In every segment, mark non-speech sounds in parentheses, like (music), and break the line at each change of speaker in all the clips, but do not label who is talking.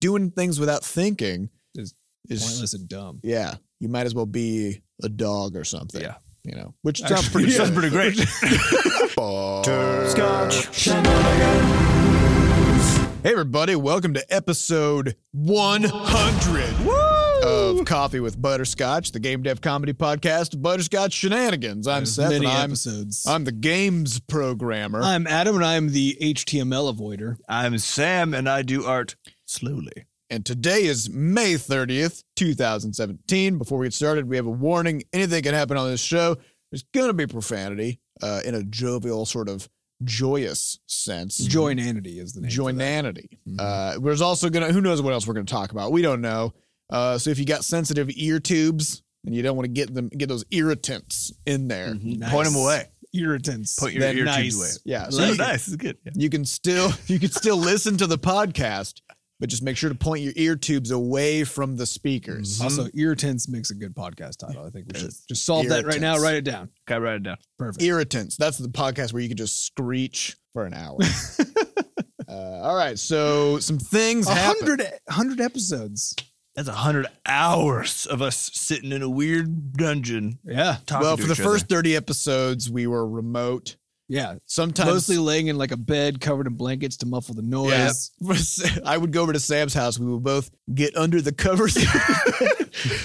doing things without thinking
It's
is
Pointless and dumb.
yeah. You might as well be a dog or something.
Yeah.
You know, which
Actually,
sounds pretty.
(laughs) yeah.
good.
That's pretty great.
(laughs) Hey, everybody! Welcome to episode 100 of Coffee with Butterscotch, the game dev comedy podcast. of Butterscotch shenanigans. I'm
There's
Seth,
many
and I'm
episodes.
I'm the games programmer.
I'm Adam, and I'm the HTML avoider.
I'm Sam, and I do art slowly.
And today is May 30th, 2017. Before we get started, we have a warning. Anything can happen on this show. There's going to be profanity uh, in a jovial, sort of joyous sense.
Mm-hmm. Joinanity is the name. for that.
Joinanity.
Mhm.
Uh, there's also going to, who knows what else we're going to talk about? We don't know. Uh, so if you got sensitive ear tubes and you don't want to get them, get those irritants in there.
Nice.
Point them away.
Irritants.
Put your
Then
ear tubes
nice.
away.
Yeah.
So
So you,
Like-
nice. It's good. Yeah.
you can still, you can still listen to the podcast, but just make sure to point your ear tubes away from the speakers.
Mm-hmm. Also, irritants makes a good podcast title. I think we should
Yes.
just solve that right now.
Irritants.
Write it down.
Okay, write it down.
Perfect.
irritants. That's the podcast where you can just screech for an hour. uh, all right, so some things
A
happened.
hundred, a hundred episodes.
That's a hundred hours of us sitting in a weird dungeon.
Yeah,
Talking
Well,
to
for the
each
first thirty episodes, we were remote.
yeah.
Sometimes,
Mostly laying in like a bed covered in blankets to muffle the noise.
Yeah. (laughs) I would go over to Sam's house. We would both get under the covers, and (laughs)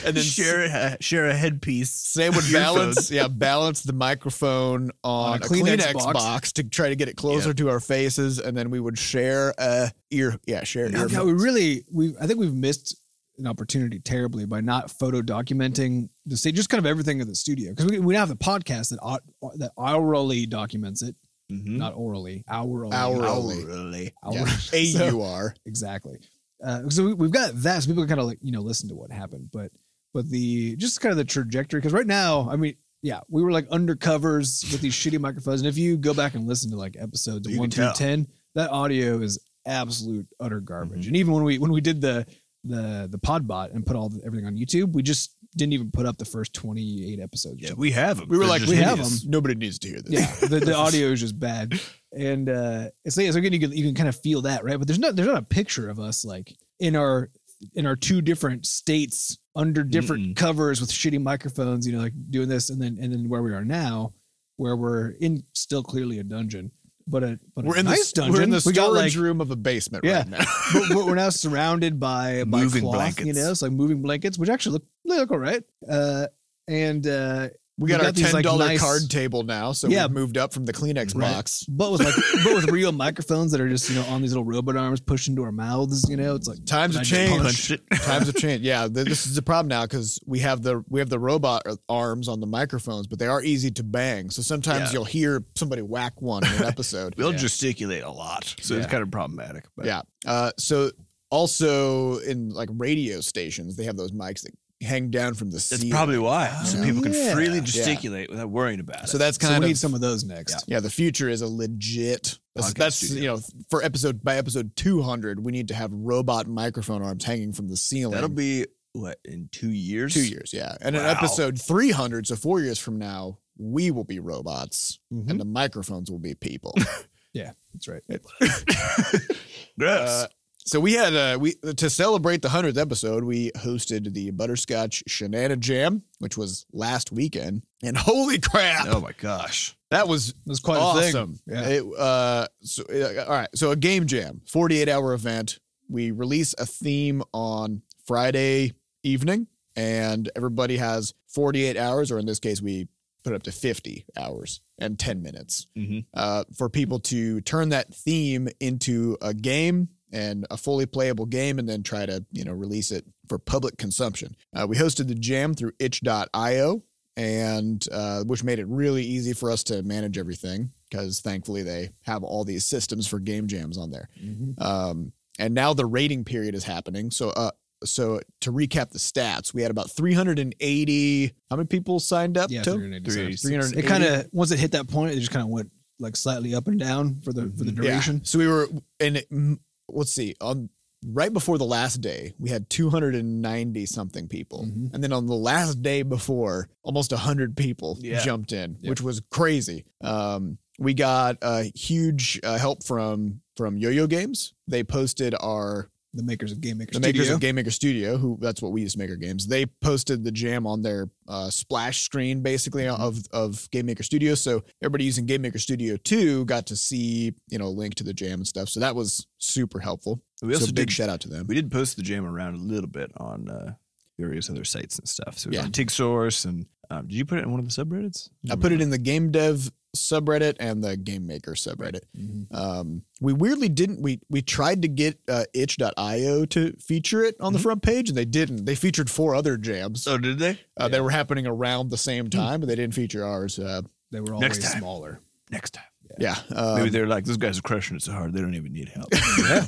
other.
then
share a, share a headpiece.
Sam would balance, yeah, balance the microphone on, a Kleenex, box. to try to get it closer to our faces, and then we would share a ear, yeah, share
Yeah,
ear.
we really we I think we've missed an opportunity terribly by not photo documenting the stage, just kind of everything in the studio because we, we now have the podcast that au- that hourally documents it,
Mhm.
not orally, hourly,
Hourally.
Hourly.
hour,
(laughs) A
So-
U R.
exactly. Uh, so we, we've got that, so people can kind of like you know listen to what happened, but but the just kind of the trajectory because right now, I mean. Yeah, we were like undercovers with these shitty microphones. And if you go back and listen to like episodes
You can
one through
tell.
ten, that audio is absolute utter garbage.
Mhm.
And even when we when we did the the the Podbot and put all the, everything on YouTube, we just didn't even put up the first twenty eight episodes. or
Yeah,
something.
we have them.
We were
They're
like,
just
we have
hideous.
Nobody needs to hear this. (laughs)
yeah, the, the audio is just bad, and uh, so yeah, so again, you can you can kind of feel that, right? But there's not there's not a picture of us like in our in our two different states under different
Mm-mm.
covers with shitty microphones, you know, like doing this, and then and then where we are now, where we're in still clearly a dungeon, but a but
We're
a
in
nice
the
dungeon.
We're in the
we
storage
got like
room of a basement
Yeah.
(laughs)
right now.
but, but we're now surrounded by by
Moving
cloth, you
blankets.
know, so like moving blankets, which actually look they look all right, uh, and uh,
We got,
We
our
got these,
ten
like,
dollar
nice-
card table now, so
Yeah.
we've moved up from the Kleenex
Right.
box.
but with like but with real microphones that are just you know on these little robot arms pushed into our mouths you know it's like
Times
I
have
just
changed.
Punched it.
(laughs) Times have changed. Yeah, th- this is the problem now because we have the we have the robot arms on the microphones, but they are easy to bang. So sometimes
Yeah.
you'll hear somebody whack one in an episode.
(laughs)
They'll
yeah.
gesticulate a lot, so it's
Yeah.
kind of problematic. But
yeah. Uh, so also in like radio stations, they have those mics that hang down from the
that's
ceiling.
probably why, so
Oh,
people
yeah.
can freely
Yeah.
gesticulate without worrying about
so
it.
that's
so
kind
we
of
need some of those next
Yeah, the future is a legit. That's,
Podcast
that's,
studio.
you know, for episode by episode 200, we need to have robot microphone arms hanging from the ceiling.
That'll be what in two years.
two years, yeah. And in
Wow.
episode 300, so four years from now, we will be robots
Mm-hmm.
Mhm.
and the microphones will be
(laughs)
people.
that's right
Gross.
Uh, so we had uh, we to celebrate the 100th episode, we hosted the Butterscotch Shenana Jam, which was last weekend. And (laughs) holy crap,
oh my gosh.
that was
that's quite a
awesome.
thing yeah
It, uh, so, uh, all right. So a game jam, 48 hour event. We release a theme on Friday evening, and everybody has 48 hours, or in this case, we put up to 50 hours and 10 minutes
Mm-hmm.
Mhm.
uh, for people to turn that theme into a game and a fully playable game and then try to you know release it for public consumption uh, we hosted the jam through itch.io and uh, which made it really easy for us to manage everything because thankfully they have all these systems for game jams on there.
Mhm.
Um, and now the rating period is happening. So, uh, so to recap the stats, we had about 380. How many people signed up?
yeah
to?
386.
386.
it kind of once it hit that point it just kind of went like slightly up and down for the for the
Mm-hmm.
Mhm.
duration
So we were, and it, mm, let's see, on right before the last day, we had 290 something people,
Mhm.
and then on the last day before, almost 100 people
Yeah.
jumped in,
Yeah.
which was crazy. Um, we got uh, huge uh, help from from Yo-Yo Games. They posted our
the makers of Game Maker
the
Studio.
makers of Game Maker Studio, who that's what we use to make our games, they posted the jam on their uh, splash screen basically
Mm-hmm.
of of Game Maker Studio. So everybody using Game Maker Studio 2 got to see, you know, a link to the jam and stuff. So that was super helpful.
We also
so big
did,
shout out to them.
we did post the jam around a little bit on uh, various other sites and stuff. So it was
Yeah.
on TigSource and um, did you put it in one of the subreddits?
I put it in the game dev subreddit and the game maker subreddit.
Mm-hmm.
Mhm.
Um, we weirdly didn't we we tried to get uh, itch.io to feature it
Mm-hmm.
on the front page and they didn't. They featured four other jams. Uh,
Oh, did they?
They were happening around the
Mm.
same time, but they didn't feature ours. Uh,
They were
Next
always
time.
smaller.
Next time.
yeah, um,
Maybe they're like, those guys are crushing it so hard, they don't even need
(laughs)
help. Mm-hmm.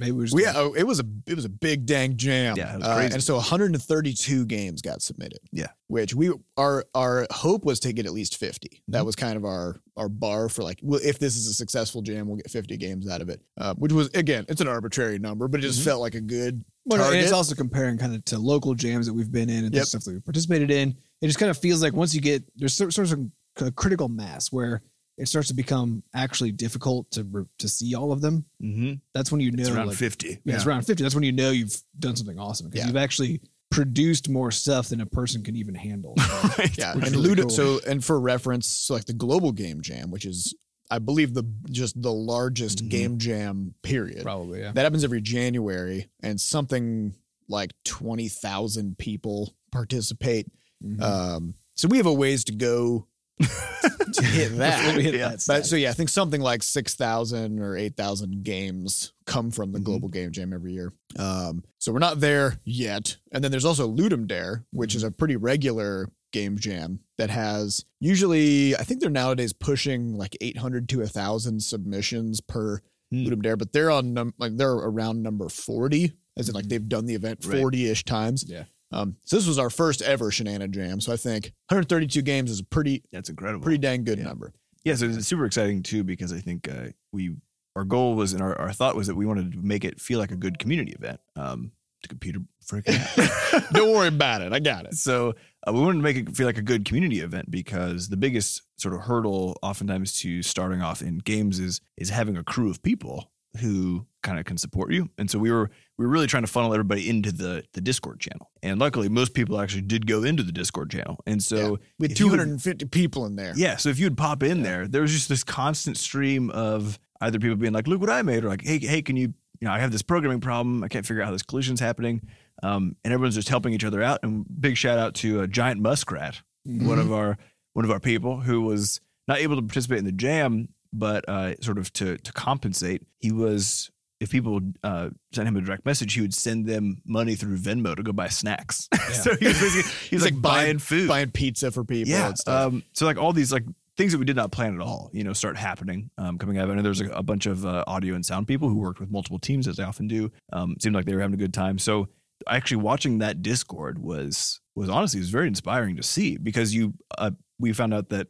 Maybe we just
we, oh, it was a it was a big dang jam.
Yeah, it was
Uh,
crazy.
and so 132 games got submitted.
Yeah.
which we our our hope was to get at least 50.
Mm-hmm.
That was kind of our our bar for like, well, if this is a successful jam, we'll get 50 games out of it. Uh, which was again, it's an arbitrary number, but it just
Mm-hmm.
Mhm.
felt like a good
Well, no, and
target.
it's also comparing kind of to local jams that we've been in and the
Yep.
stuff that we've participated in. It just kind of feels like once you get there's sort sort of a critical mass where it starts to become actually difficult to re- to see all of them.
mm-hmm.
That's when you know
It's around
like,
50.
yeah, it's around fifty. That's when you know you've done something awesome because
Yeah.
you've actually produced more stuff than a person can even
(laughs)
handle. (laughs)
(laughs)
yeah, and
which is really
Ludo.
cool.
So and for reference, so like the global game jam, which is I believe the just the largest
Mhm.
game jam period.
Probably, yeah.
That happens every January, and something like 20,000 people participate.
Mhm.
Um, so we have a ways to go (laughs) to
(laughs)
hit
Let me
that.
hit
yeah.
that
But
stat.
so, yeah, I think something like 6,000 or 8,000 games come from the
Mhm.
Global Game Jam every year. Um, so we're not there yet. And then there's also Ludum Dare, which
Mm-hmm.
is a pretty regular game jam that has usually, I think they're nowadays pushing like 800 to 1,000 submissions per
Hmm.
Ludum Dare, but they're on num- like they're around number forty, as in like
Mhm.
they've done the event
Mm-hmm. Right.
forty ish times.
Yeah.
Um, so this was our first ever Shenana Jam, so I think 132 games is a pretty
That's incredible.
pretty dang good
Yeah.
number.
Yeah, so it's super exciting too because I think uh, we our goal was and our, our thought was that we wanted to make it feel like a good community event. Um, the computer
(laughs)
freaking out.
Don't worry about it, I got it.
so uh, we wanted to make it feel like a good community event because the biggest sort of hurdle oftentimes to starting off in games is is having a crew of people who kind of can support you. And so we were we were really trying to funnel everybody into the the Discord channel. And luckily most people actually did go into the Discord channel. And so
With
If you would-
250 people in there,
yeah. So if you'd pop in there, there was just this constant stream of either people being like, look what I made, or like, hey, hey, can you, you know, I have this programming problem. I can't figure out how this collision's happening. Um, and everyone's just helping each other out. And big shout out to uh, Giant Muskrat,
Mhm.
one
Mm-hmm.
of our one of our people who was not able to participate in the jam, but uh, sort of to to compensate, he was if people uh, sent him a direct message, he would send them money through Venmo to go buy snacks. (laughs) so he was basically, he
He's
was like,
like buying-
buying food
buying pizza for people and stuff.
um, so like all these like things that we did not plan at all, you know, start happening um, coming out. of it. I know there's a, a bunch of uh, audio and sound people who worked with multiple teams as they often do. Um, it seemed like they were having a good time. So actually watching that Discord was was honestly it was very inspiring to see because you uh, we found out that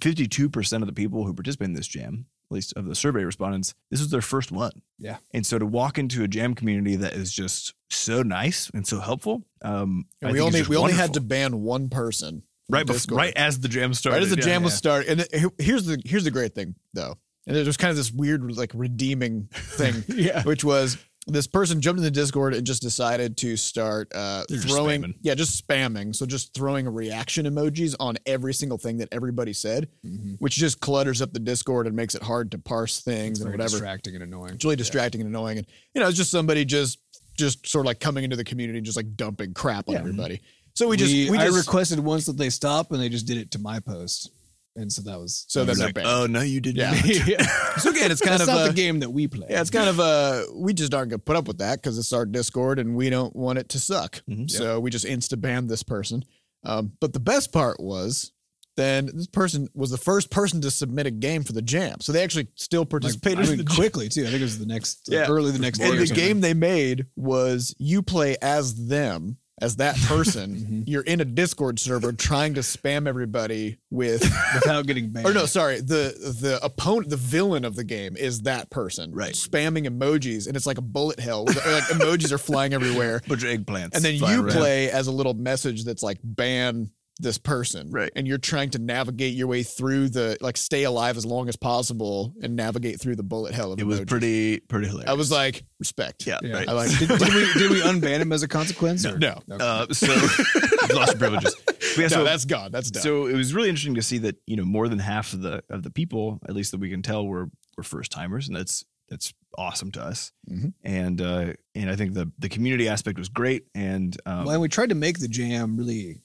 fifty two percent of the people who participate in this jam. At least of the survey respondents, this was their first one.
Yeah.
and so to walk into a jam community that is just so nice and so helpful, um,
And we
I think is
only
just
we only had
wonderful
to ban one person from
right before,
Discord.
right as the jam started.
right as the
yeah.
jam was started. And it- here's the here's the great thing though, and there's kind of this weird like redeeming
(laughs)
thing
yeah.
which was this person jumped in the Discord and just decided to start uh,
They're just
throwing,
spamming.
yeah, just spamming. So just throwing reaction emojis on every single thing that everybody said,
Mhm.
which just clutters up the Discord and makes it hard to parse things
It's
and
very
whatever.
distracting and annoying.
It's really distracting and annoying, and you know, it's just somebody just just sort of like coming into the community and just like dumping crap on
Yeah.
everybody. So we just we,
I
just
requested once that they stop, and they just did it to my post, and so that was
so then
He's
they're
like,
banned.
oh no, you did
Yeah. (laughs)
not. (laughs)
(laughs)
so again, it's kind
That's
of
not
uh,
the game that we play.
Yeah, it's kind of uh we just aren't gonna put up with that because it's our Discord and we don't want it to suck.
Mm-hmm.
Mhm.
So we just insta banned this person. Um, but the best part was then this person was the first person to submit a game for the jam. So they actually still participated
I
in the
mean, quickly too. I think it was the next, like,
Yeah.
early the next day.
And
or
the
something.
game they made was you play as them, as
(laughs)
that person.
Mm-hmm.
You're in a Discord server trying to spam everybody with
without getting
(laughs)
banned.
(laughs)
Or no, sorry. The the opponent, the villain of the game is that person,
Right.
Spamming emojis, and it's like a bullet hell. where the- like
(laughs)
emojis are flying everywhere,
Bunch of eggplants.
and then
flying
you
around.
play as a little message that's like ban this person
Right.
and you're trying to navigate your way through the like stay alive as long as possible and navigate through the bullet hell of
It was
emojis.
pretty pretty hilarious.
I was like, respect.
yeah,
Yeah.
right.
I like
did, did we did we unban him as a consequence? or-
no.
Okay.
uh, so (laughs) lost your privileges. But yeah,
no,
so-
that's gone. That's done.
So it was really interesting to see that you know more than half of the of the people, at least that we can tell, were were first timers, and that's that's awesome to us.
Mhm.
And uh, and I think the the community aspect was great, and um,
well, and we tried to make the jam really,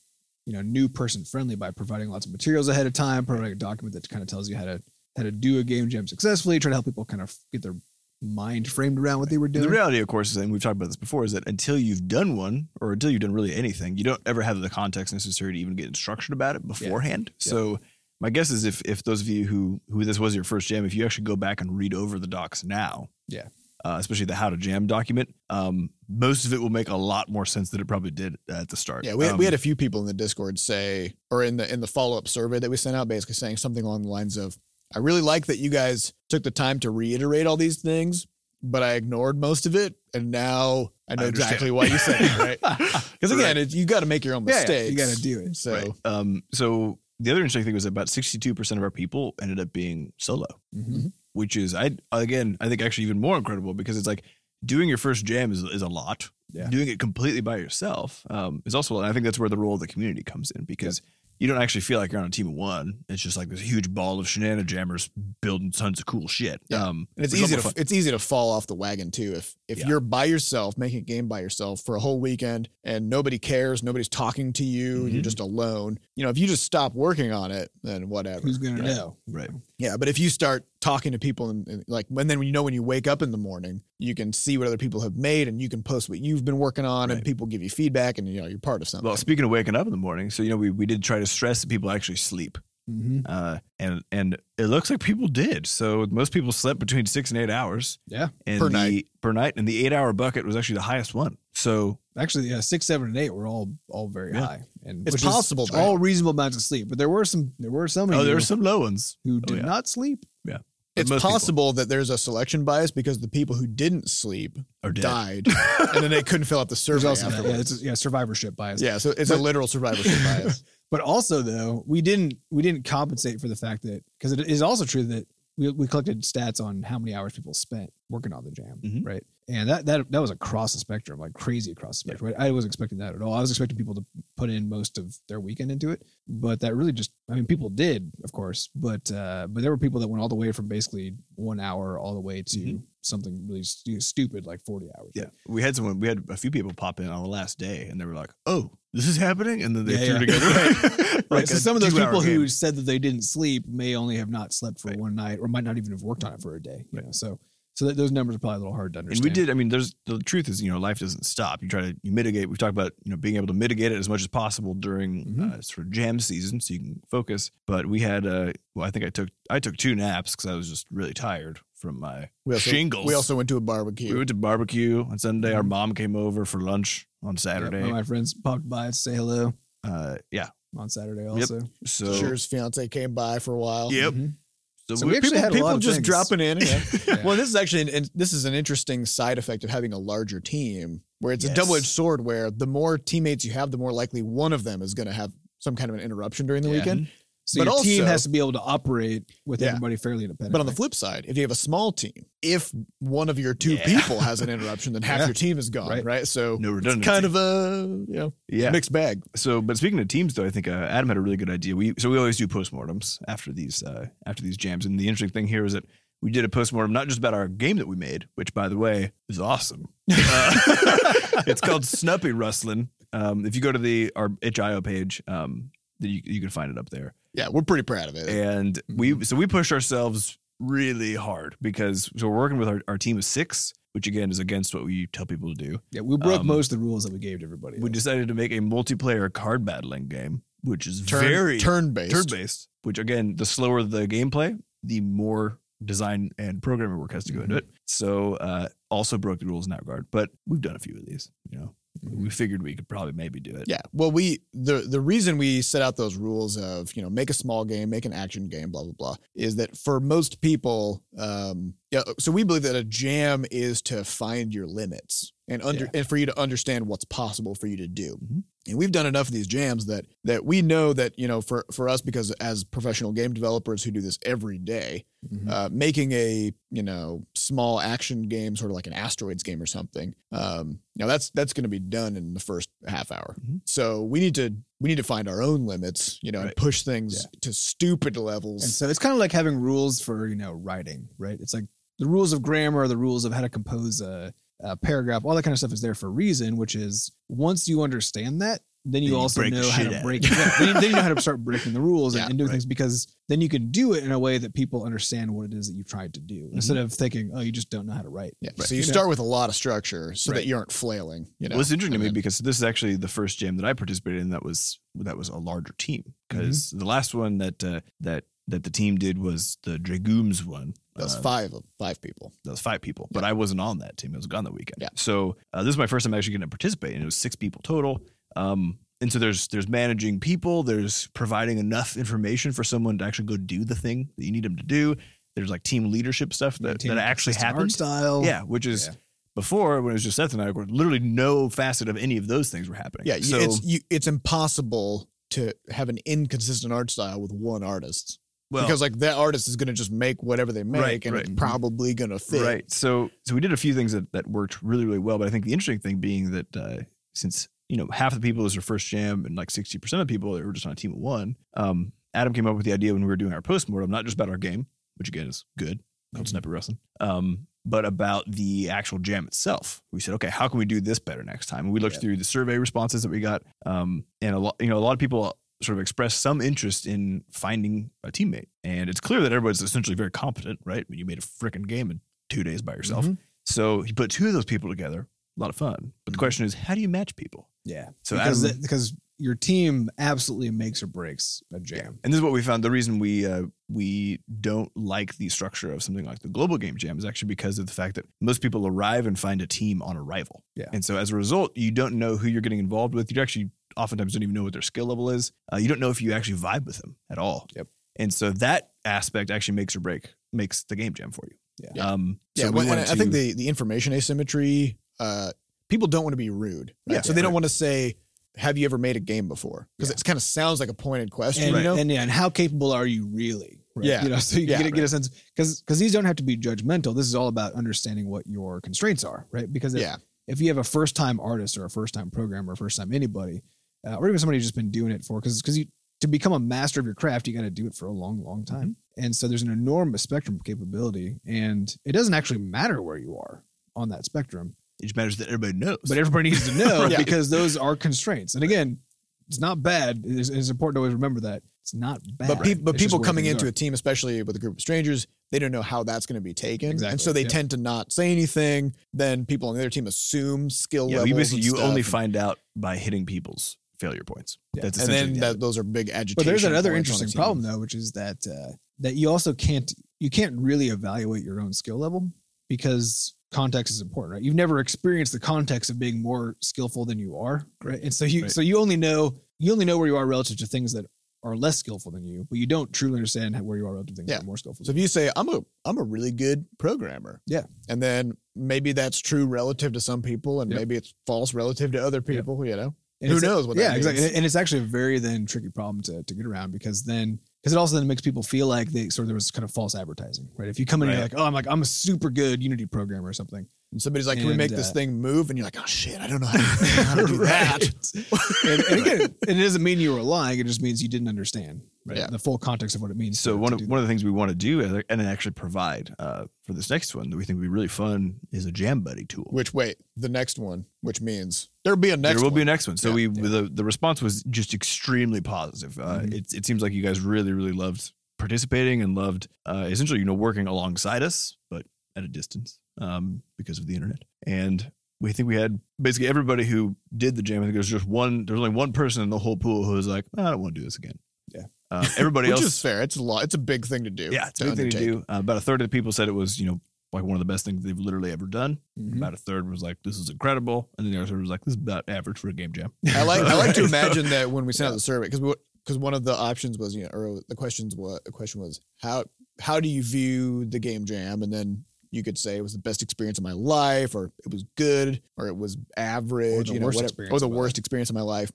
you know, new person friendly by providing lots of materials ahead of time, providing a document that kind of tells you how to how to do a game jam successfully, try to help people kind of get their mind framed around what they were
And
doing.
The reality, of course, is, and we've talked about this before, is that until you've done one or until you've done really anything, you don't ever have the context necessary to even get instruction about it beforehand. So my guess is if if those of you who who this was your first jam, if you actually go back and read over the docs now,
Yeah.
uh, especially the how to jam document, um, most of it will make a lot more sense than it probably did at the start.
Yeah, we had, we
Um,
had a few people in the Discord say, or in the in the follow up survey that we sent out, basically saying something along the lines of, "I really like that you guys took the time to reiterate all these things, but I ignored most of it, and now I know
understand."
exactly why you said it,
(laughs)
right? Because again, uh,
Right.
it, you got to make your own
Yeah, yeah,
mistakes.
you got to do it.
So
Right. Um, so the other interesting thing was about 62% of our people ended up being solo,
Mhm.
which is, I again, I think actually even more incredible because it's like doing your first jam is, is a lot.
Yeah.
Doing it completely by yourself um, is also, and I think that's where the role of the community comes in because you don't actually feel like you're on a team of one. It's just like this huge ball of shenanigans jammers building tons of cool shit.
Yeah.
Um,
and it's
a lot
easy
more
to
fun.
it's easy to fall off the wagon too if if
Yeah.
you're by yourself making a game by yourself for a whole weekend and nobody cares, nobody's talking to you, you're
Mhm.
just alone. You know, if you just stop working on it, then whatever.
Who's gonna
right?
know?
Right.
Yeah, but if you start talking to people and, and, like, and then when you know when you wake up in the morning, you can see what other people have made and you can post what you've been working on,
Right.
and people give you feedback, and you know you're part of something.
Well, speaking of waking up in the morning, so, you know, we, we did try to stress that people actually sleep.
Mm-hmm.
uh, and and it looks like people did. So most people slept between six and eight hours.
Yeah.
and
Per
the,
night.
Per night, and the eight-hour bucket was actually the highest one. So
Actually, yeah, six, seven, and eight were all all very
Yeah.
high, and
It's
which is
possible, right?
all reasonable amounts of sleep. But there were some there were some
oh,
who,
there were some low ones.
who
oh,
did
yeah.
not sleep.
but
it's
most people
possible that there's a selection bias because the people who didn't sleep
are dead.
died, and then they couldn't fill
(laughs)
out the
There's
survey
also that, yeah,
afterwards.
it's, yeah survivorship bias.
Yeah, so it's a
But-
literal
(laughs)
survivorship bias.
(laughs) But also though, we didn't we didn't compensate for the fact that because it is also true that we, we collected stats on how many hours people spent working on the jam,
Mhm.
right? And that that that was across the spectrum, like crazy across the spectrum. right? I wasn't expecting that at all. I was expecting people to put in most of their weekend into it, but that really just I mean people did, of course, but uh but there were people that went all the way from basically 1 hour all the way to
Mhm.
something really stu- stupid like 40 hours.
Yeah, we had someone. We had a few people pop in on the last day, and they were like, "Oh, this is happening," and then they
Yeah, yeah.
threw together. (laughs) like
Right. so
a
some of those
two-hour
people
game.
who said that they didn't sleep may only have not slept for
Right.
one night or might not even have worked on it for a day. You
Right.
know, so so that those numbers are probably a little hard to
And
understand.
we did. I mean, there's the truth is, you know, life doesn't stop. You try to you mitigate. We've talked about you know being able to mitigate it as much as possible during
Mhm.
uh, sort of jam season, so you can focus. But we had, uh, well, I think I took I took two naps because I was just really tired from my
We also,
shingles.
We also went to a
we
barbecue.
went to barbecue on Sunday. Our mom came over for lunch on
Yeah,
Saturday.
one of my friends popped by to say hello
uh, yeah.
on Saturday also.
So
Sure's fiance came by for a while.
Yep. (laughs)
Mhm. So
we-
we actually
people,
had a
people
lot of
just
things.
dropping in.
Yeah.
Yeah.
Well, this is actually an, an, this is an interesting side effect of having a larger team, where it's
Yes.
a double edged sword. Where the more teammates you have, the more likely one of them is going to have some kind of an interruption during the
Yeah.
weekend.
so
but
your team
also-
has to be able to operate with
Yeah.
everybody fairly independent.
But on the flip side, if you have a small team, if one of your two
Yeah.
people has an interruption, then half
Yeah.
your team is gone,
Right.
right? So
No
it's
redundancy.
kind of a you know
yeah.
mixed bag.
so but speaking of teams though i think uh, adam had a really good idea we so we always do postmortems after these uh, after these jams and the interesting thing here is that we did a postmortem not just about our game that we made which by the way is (laughs) awesome uh, (laughs) it's called snuppy rustling um, if you go to the our hio page um, then you, you can find it up there
Yeah, we're pretty proud of it.
and we so we push ourselves really hard because so we're working with our, our team of six which again is against what we tell people to do
yeah, we broke
Um,
most of the rules that we gave to everybody.
we
else.
decided to make a multiplayer card battling game, which is
Turn,
very
turn based.
turn based. Which again, the slower the gameplay, the more design and programming work has to go into
Mm-hmm.
it. So uh, also broke the rules in that regard. But we've done a few of these. You know, we figured we could probably maybe do it.
Mm-hmm. Yeah. Well, we the the reason we set out those rules of you know make a small game, make an action game, blah blah blah, is that for most people, um, yeah. So we believe that a jam is to find your limits and under and for you to understand what's possible for you to do.
Mhm.
And we've done enough of these jams that that we know that you know for for us because as professional game developers who do this every day,
Mhm.
uh, making a you know small action game sort of like an asteroids game or something um you know that's that's going to be done in the first half hour
Mhm.
so we need to we need to find our own limits you know and
Right.
push things to stupid levels
And so it's kind of like having rules for you know writing, right? It's like the rules of grammar, the rules of how to compose a, a paragraph, all that kind of stuff is there for a reason. Which is once you understand that, then you
Then you
also
break the
know how
shit
to
out.
break. yeah, then, then you know how to
(laughs)
start breaking the rules
Yeah,
and, and doing
right.
things because then you can do it in a way that people understand what it is that you tried to do
Mm-hmm.
instead of thinking, oh, you just don't know how to write.
yeah.
Right.
so you
Yeah.
start with a lot of structure so that
Right.
you aren't flailing you know
Well, it's interesting to
and
me
then-
because this is actually the first jam that I participated in that was that was a larger team
Mm-hmm.
because the last one that uh, that that the team did was the Dragooms one.
that's
Uh,
five of five people
that was five people, but I wasn't on that team. I was gone that weekend.
Yeah.
So uh, this is my first time actually going to participate, and it was six people total. Um, and so there's there's managing people, there's providing enough information for someone to actually go do the thing that you need them to do. There's like team leadership stuff that,
Maintain
that actually
consistent art
happens.
Style.
Yeah, which is
Yeah.
before when it was just Seth and I, where literally no facet of any of those things were happening.
yeah you-
so
it's you, it's impossible to have an inconsistent art style with one artist
well,
because like that artist is going to just make whatever they make
Right,
and
right.
it's probably going to fit
Right. So so we did a few things that, that worked really, really well. But I think the interesting thing being that uh, since, you know, half the people is their first jam and like 60% of the people they were just on a team of one. Um, Adam came up with the idea when we were doing our postmortem, not just about our game, which again is good,
Mm-hmm.
called Sniper Wrestling, um, but about the actual jam itself. We said, okay, how can we do this better next time? And we looked
Yeah.
through the survey responses that we got, um, and a lot, you know, a lot of people sort of expressed some interest in finding a teammate. And it's clear that everybody's essentially very competent, right? I mean, you made a freaking game in two days by yourself.
Mm-hmm.
Mhm.
So he put two of those people together. A lot of fun. But the question is, how do you match people?
Yeah.
So
Mm-hmm. because
Adam-
that- because your team absolutely makes or breaks a jam.
And this is what we found. The reason we uh, we don't like the structure of something like the global game jam is actually because of the fact that most people arrive and find a team on arrival.
Yeah.
And so as a result, you don't know who you're getting involved with. You actually oftentimes don't even know what their skill level is. Uh, you don't know if you actually vibe with them at all.
Yep.
And so that aspect actually makes or break makes the game jam for you.
Yeah.
Yeah.
Um, so
Yeah,
we
well, and I
wanted
I think
to-
the the information asymmetry. Uh, people don't want to be rude, right?
Yeah.
so they
Right.
don't want to say, "Have you ever made a game before?" Because
Yeah.
it kind of sounds like a pointed question,
and,
you know?
and yeah, and how capable are you really?
Yeah.
you know, (laughs) so you
Yeah,
get, get a sense because because these don't have to be judgmental. This is all about understanding what your constraints are, right? Because if,
yeah,
if you have a first time artist or a first time programmer, or first time anybody, uh, or even somebody who's just been doing it for because because you to become a master of your craft, you got to do it for a long, long time.
Mm-hmm.
And so there's an enormous spectrum of capability, and it doesn't actually matter where you are on that spectrum.
it just matters that everybody knows.
but everybody
(laughs)
needs to
(laughs)
know
Right.
because those are constraints. And again, it's not bad. It's, it's important to always remember that it's not bad.
but, peop but
It's just
people
where
coming
things
into
are.
a team, especially with a group of strangers, they don't know how that's going to be taken, and
Exactly.
so they
Yep.
tend to not say anything. Then people on the other team assume skill
yeah,
levels.
you basically
and
you
stuff,
only
and-
find out by hitting people's failure points.
Yeah.
That's
and
essentially
then
the
that, those are big agitation.
But there's
points
another
on a
interesting
team.
problem though, which is that uh, that you also can't you can't really evaluate your own skill level because context is important, right? You've never experienced the context of being more skillful than you are, right? And so you
Right.
so you only know you only know where you are relative to things that are less skillful than you, but you don't truly understand how- where you are relative to things
Yeah.
that are more skillful.
So
Than
if you say I'm a I'm a really good programmer,
Yeah.
and then maybe that's true relative to some people, and
Yep.
maybe it's false relative to other people. You know,
And
Who
it's-
knows what that
Yeah, exactly.
means.
And- And it's actually a very then tricky problem to, to get around because then because it also then makes people feel like they sort of there was kind of false advertising, right? If you come in and you're
Right.
like, oh, I'm like I'm a super good Unity programmer or something.
and somebody's like, "Can we
And,
make this
uh,
thing move?" And you're like, "Oh shit, I don't know (laughs) how to, how
(laughs)
to do that."
and, and again, it doesn't mean you were lying. It just means you didn't understand right?
Yeah.
the full context of what it means.
So
to-
one
to
of
do
one of the things we want to do and and then actually provide uh, for this next one that we think would be really fun is a jam buddy tool.
Which wait, the next one, which means there'll be a next.
there will be a
one.
next one. So
Yeah, Mm-hmm.
we the the response was just extremely positive. Uh,
Mhm.
It it seems like you guys really really loved participating and loved uh, essentially you know working alongside us but at a distance um, because of the internet and. We think we had basically everybody who did the jam. I think there was just one. There's only one person in the whole pool who was like, "I don't want to do this again."
Yeah.
Uh,
(laughs)
everybody
Which
else
is fair. It's a lot. It's a big thing to do.
Yeah, it's a big thing to
undertake.
do. Uh, about a third of the people said it was, you know, like one of the best things they've literally ever done.
Mhm.
About a third was like, this is incredible. And then the other third was like, this is about average for a game jam.
I like. I
(laughs)
(laughs)
like to
Right.
imagine that when we sent out the survey, because because one of the options was, you know, or the questions was the question was how how do you view the game jam, and then you could say it was the best experience of my life, or it was good, or it was average,
the
you know,
worst
whatever,
experience
or the
of my
worst experience of my life.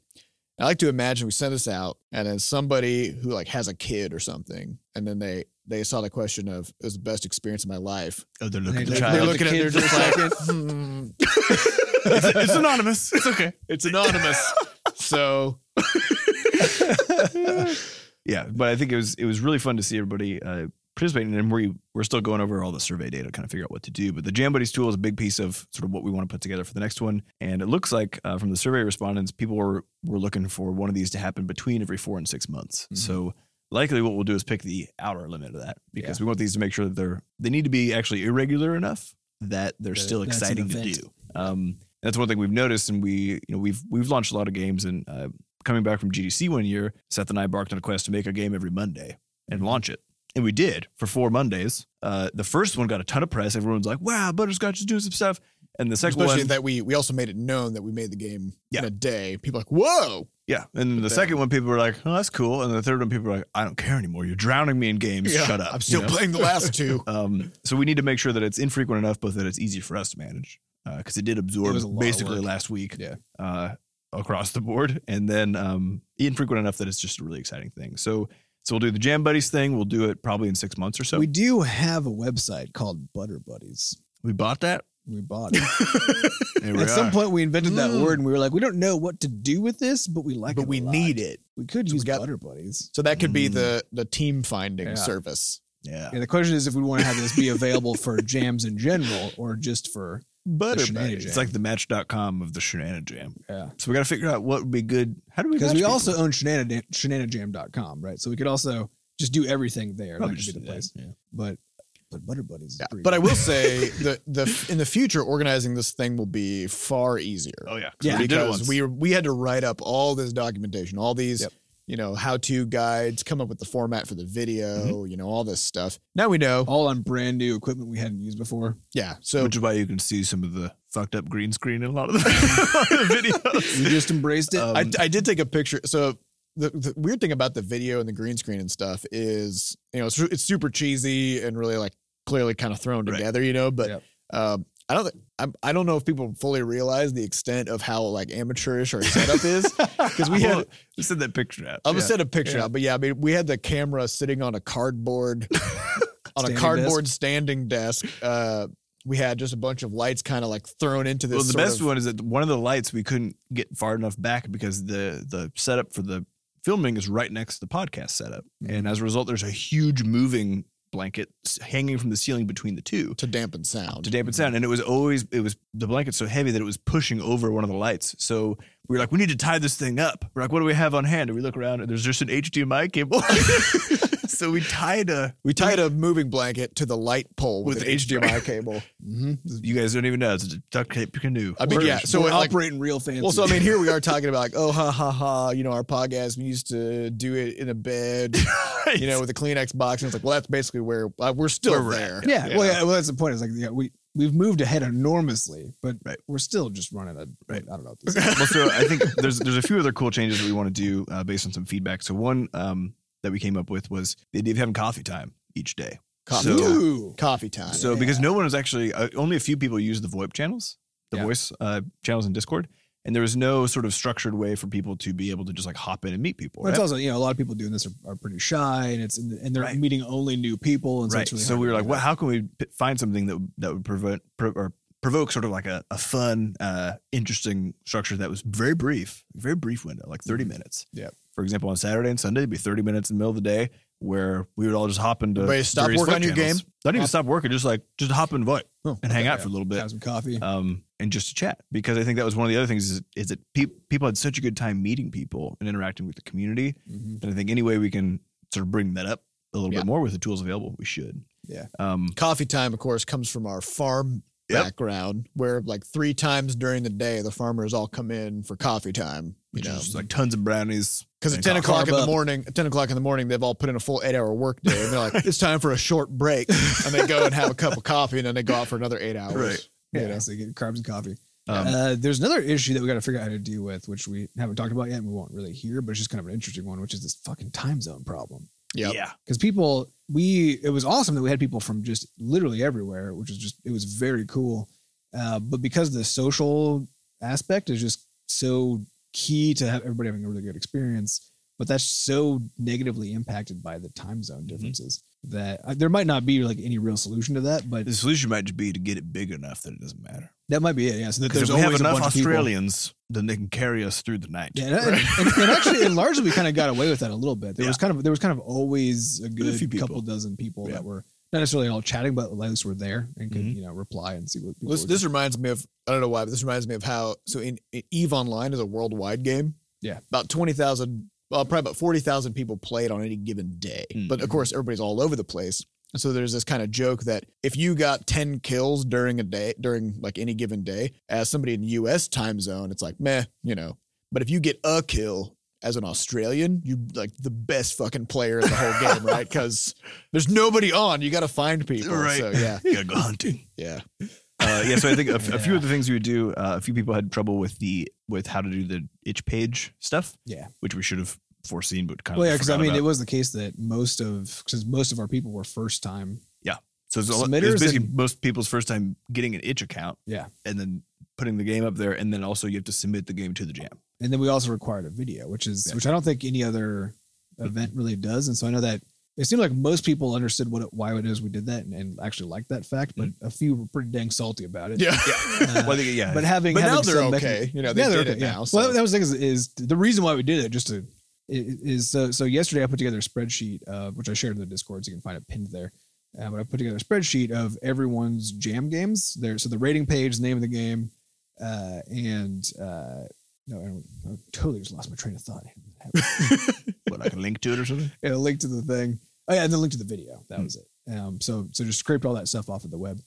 I like to imagine we send this out, and then somebody who like has a kid or something, and then they they saw the question of it was the best experience of my life.
Oh, they're
They
looking at the
look-
child.
They're
the
looking at
kid
they're
for a
just like, hmm,
it's, it's anonymous. It's okay.
(laughs) it's anonymous. so
(laughs) Yeah, but I think it was it was really fun to see everybody uh, participating, and we we're still going over all the survey data, kind of figure out what to do. But the Jam Buddies tool is a big piece of sort of what we want to put together for the next one. And it looks like uh, from the survey respondents, people were were looking for one of these to happen between every four and six months.
Mhm.
So likely, what we'll do is pick the outer limit of that because we want these to make sure that they're they need to be actually irregular enough that they're
That-
still
that's an
exciting to
event.
do. Um, that's one thing we've noticed, and we you know we've we've launched a lot of games, and uh, coming back from GDC one year, Seth and I embarked on a quest to make a game every Monday and launch it. And we did for four Mondays. Uh, the first one got a ton of press. Everyone was like, wow, Butterscotch is doing some stuff. And the second
especially
one,
that we we also made it known that we made the game in
Yeah.
a day. People are like, whoa,
yeah. And then the
then-
second one, people were like, oh, that's cool. And the third one, people were like, I don't care anymore. You're drowning me in games.
yeah,
Shut up.
I'm still
you know?
playing the last
(laughs)
two.
Um, so we need to make sure that it's infrequent enough, but that it's easy for us to manage because it did absorb
was a lot of
basically
work.
last week
Yeah.
uh, across the board, and then um, infrequent enough that it's just a really exciting thing. So so we'll do the Jam Buddies thing. We'll do it probably in six months or so.
we
We,
do have a website called Butter Buddies. (laughs)
bought that.
We bought it.
There (laughs) we
At some
are.
point, we invented that
Mm.
word, and we were like, we don't know what to do with this, but we like it.
but
a
we
lot.
need it.
We could
So we
use
got-
Butter Buddies.
So that could be
Mm.
the the team finding
Yeah.
service.
yeah.
Yeah, the question is if we want to have this be available for jams in general or just for
Butter
Shenanigans.
Buddies. It's like the Match.com of the Shenanigan Jam.
yeah.
So we got to figure out what would be good. How do we?
Because
match
we
people?
also own shenanigan- shenanijam.com, right? so we could also just do everything there
Probably
that could
just
be the
do that,
place
yeah.
but but butter buddies is
Yeah.
pretty
But I
good.
will
(laughs)
say the the in the future organizing this thing will be far easier.
Oh yeah. 'cause
Yeah,
We did it
because
once.
we we had to write up all this documentation, all these
Yep.
you know how to guides, come up with the format for the video,
Mm-hmm.
you know all this stuff. Now we know.
all on brand new equipment we hadn't used before
Yeah. So
which is why you can see some of the fucked up green screen in a lot
(laughs)
of the, (laughs) videos.
we just embraced it
Um,
I, I did take a picture. So the, the weird thing about the video and the green screen and stuff is, you know, it's, it's super cheesy and really like clearly kind of thrown
Right.
together, you know. But
Yep.
um, I don't, think- I'm, I don't know if people fully realize the extent of how like amateurish our setup is because we had.
we sent that picture out.
I'm gonna send a picture
Yeah.
out, but yeah, I mean, we had the camera sitting on a cardboard, on a
Standing
cardboard standing desk. Uh, we had just a bunch of lights kind of like thrown into this.
Well, the
sort
best
of-
one is that one of the lights we couldn't get far enough back because the the setup for the filming is right next to the podcast setup,
Mm-hmm.
and as a result, there's a huge moving blanket s- hanging from the ceiling between the two
to dampen sound.
to dampen sound, and it was always it was the blanket so heavy that it was pushing over one of the lights. So we were like, we need to tie this thing up. We're like, what do we have on hand? And we look around, and there's just an HDMI cable.
(laughs)
(laughs) so we tied a.
We tied a moving blanket to the light pole with,
With
an
an
HDMI
(laughs)
cable.
Mhm.
You guys don't even know it's a duct tape canoe.
mm-hmm. I mean,
We're-
(laughs)
yeah. So
we're
it, like-
operating real fancy
Well, so I mean, here we are talking about like, oh, ha ha ha. You know, our podcast we used to do it in a
(laughs)
bed, you know, with a Kleenex box, and it's like, well, that's basically where uh, we're still
Where we're
there.
at,
(laughs) yeah, well yeah well that's the point it's like yeah we we've moved ahead enormously but
Right.
we're still just running a
Right.
i don't know
(laughs)
what this is.
well, so I think there's there's a few other cool changes that we want to do uh, based on some feedback. So one um, that we came up with was the idea of having coffee time each day.
Coffee
So-
time.
Ooh.
Coffee time.
So because no one was actually uh, only a few people use the VoIP channels, the
Yeah.
voice uh, channels in Discord, and there was no sort of structured way for people to be able to just like hop in and meet people.
Well,
right?
it's also you know a lot of people doing this are, are pretty shy and it's and they're
Right.
meeting only new people and so,
right.
it's really
so
hard to
we were
do
like,
that.
well, how can we p- find something that that would prevent pro- or provoke sort of like a, a fun, uh, interesting structure that was very brief, very brief window, like 30 minutes.
Mm-hmm. Yeah.
For example, on Saturday and Sunday, it'd be 30 minutes in the middle of the day where we would all just hop into
Everybody stop
various
work
VoIP
on your
channels.
game?
Not even stop working, just like just hop in VoIP
Oh,
and hang
okay,
out
yeah.
for a little bit
have some coffee
um, and just to chat because I think that was one of the other things is, is that pe- people had such a good time meeting people and interacting with the community
Mm-hmm.
Mhm.
that I think any way we can sort of bring that up a little
Yeah.
bit more with the tools available, we should.
Yeah.
Um,
coffee time, of course, comes from our farm
Yep.
background, where like three times during the day, the farmers all come in for coffee time. You
which
know,
is just like tons of brownies.
Because at
and
ten
coffee.
o'clock in the
Carb up.
morning, at ten o'clock in the morning, they've all put in a full eight-hour work day, and they're like, "It's time for a short
(laughs)
break," and they go and have a cup of coffee, and then they go out for another eight hours.
Right.
You
yeah,
know?
so you get carbs and coffee
Um,
uh, there's another issue that we got to figure out how to deal with, which we haven't talked about yet, and we won't really hear, but it's just kind of an interesting one, which is this fucking time zone problem.
Yep.
Yeah.
because people we it was awesome that we had people from just literally everywhere which was just it was very cool uh, but because the social aspect is just so key to have everybody having a really good experience but that's so negatively impacted by the time
Mm-hmm.
zone differences that uh, there might not be like any real solution to that but
The solution might just be to get it big enough that it doesn't matter.
that might be it yeah so that
Because
there's
if we have
always a
enough
bunch of people-
Australians, then they can carry us through the night.
yeah, and, and- and
(laughs)
actually, and largely, we kind of got away with that a little bit. There was kind of there was kind of always a good
few people.
couple dozen people
Yeah.
that were not necessarily all chatting, but at least were there and could
Mhm.
you know reply and see what people.
This,
were
this reminds me of I don't know why, but this reminds me of how so in, in Eve Online is a worldwide game.
Yeah.
about twenty thousand, well, probably about forty thousand people play it on any given day. But of
Mhm.
course, everybody's all over the place. And So there's this kind of joke that if you got ten kills during a day, during like any given day, as somebody in the U.S. time zone, it's like meh, you know. But if you get a kill as an Australian, you like the best fucking player in the whole game, right? Because there's nobody on. You got to find people.
Right.
So
(laughs)
(laughs)
yeah,
You gotta go hunting.
yeah.
Uh, yeah, so I think a, f- a few
Yeah.
of the things we would do, uh, a few people had trouble with the with how to do the itch page stuff.
Yeah.
which we should have foreseen, but kind
Well,
of
yeah, because I
forgot
mean, it
about.
was the case that most of because most of our people were first time.
so it's, a lot-
submitters
it's basically
and-
most people's first time getting an itch account.
Yeah.
and then putting the game up there, and then also you have to submit the game to the jam.
and then we also required a video, which is
Yeah.
which I don't think any other event really does. And so I know that it seemed like most people understood what it, why it is we did that and, and actually liked that fact, but
Mm-hmm.
a few were pretty dang salty about it.
Yeah.
Uh,
(laughs) Well, I think, yeah,
but having
But now
having
they're
some
okay.
mechan-
You know, they
Yeah,
did it now, so-
Well, that was the thing is, is the reason why we did it just to i- is so. So yesterday I put together a spreadsheet uh, which I shared in the Discord, so you can find it pinned there. Uh, but I put together a spreadsheet of everyone's jam games. There, so the rating page, name of the game, uh, and uh, no, I, don't, I totally just lost my train of thought.
what, like a link to it or something.
(laughs) and a link to the thing. Oh yeah, and then link to the video. That was it. Um, so so just scraped all that stuff off of the web.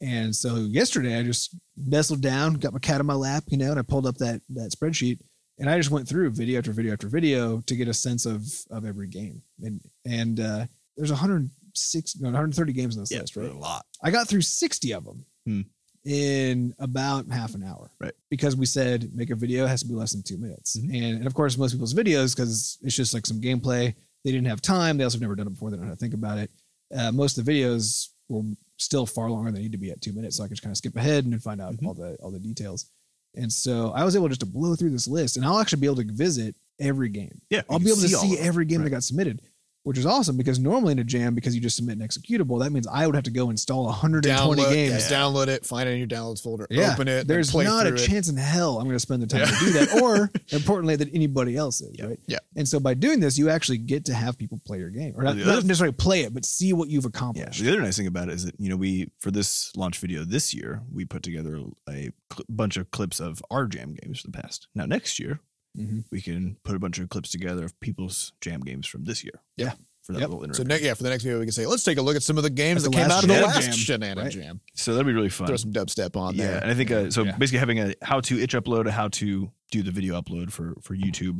And so yesterday I just nestled down, got my cat on my lap, you know, and I pulled up that that spreadsheet and I just went through video after video after video to get a sense of of every game. And and uh there's 106 no, 130 games on this list, right?
a lot.
I got through 60 of them
Hmm.
in about half an hour.
Right.
Because we said make a video it has to be less than two minutes.
Mhm.
And, and of course, most people's videos, because it's just like some gameplay, they didn't have time. They also have never done it before. They don't know how to think about it. Uh, most of the videos were still far longer than they need to be at two minutes. So I could just kind of skip ahead and find out
Mhm.
all the all the details. And so I was able just to blow through this list and I'll actually be able to visit every game.
Yeah, you
I'll
can
be able to
all of
see
them.
every game that
Right.
got submitted, which is awesome because normally in a jam, because you just submit an executable, that means I would have to go install 120
download,
games.
yeah, download it, find it in your downloads folder,
Yeah.
open it.
There's
then play
not a
through it.
chance in hell I'm going to spend the time
Yeah.
to do that, or
(laughs)
importantly, that anybody else is,
Yeah.
right?
Yeah.
And so by doing this, you actually get to have people play your game, or not,
Yeah.
not necessarily play it, but see what you've
Yeah.
accomplished.
The other nice thing about it is that you know we for this launch video this year we put together a cl- bunch of clips of our jam games for the past. Now next year
Mhm.
we can put a bunch of clips together of people's jam games from this year.
Yeah.
For that
Yep.
little
So
interview.
ne- yeah, for the next video we can say, let's take a look at some of the games
At the
that came
last
out of the
Jam
last
Jam,
Shenanigan
right?
Jam.
So that'll be really fun.
Throw some dubstep on
yeah,
there.
and I think uh, so.
Yeah.
Basically, having a how to itch upload, a how to do the video upload for for YouTube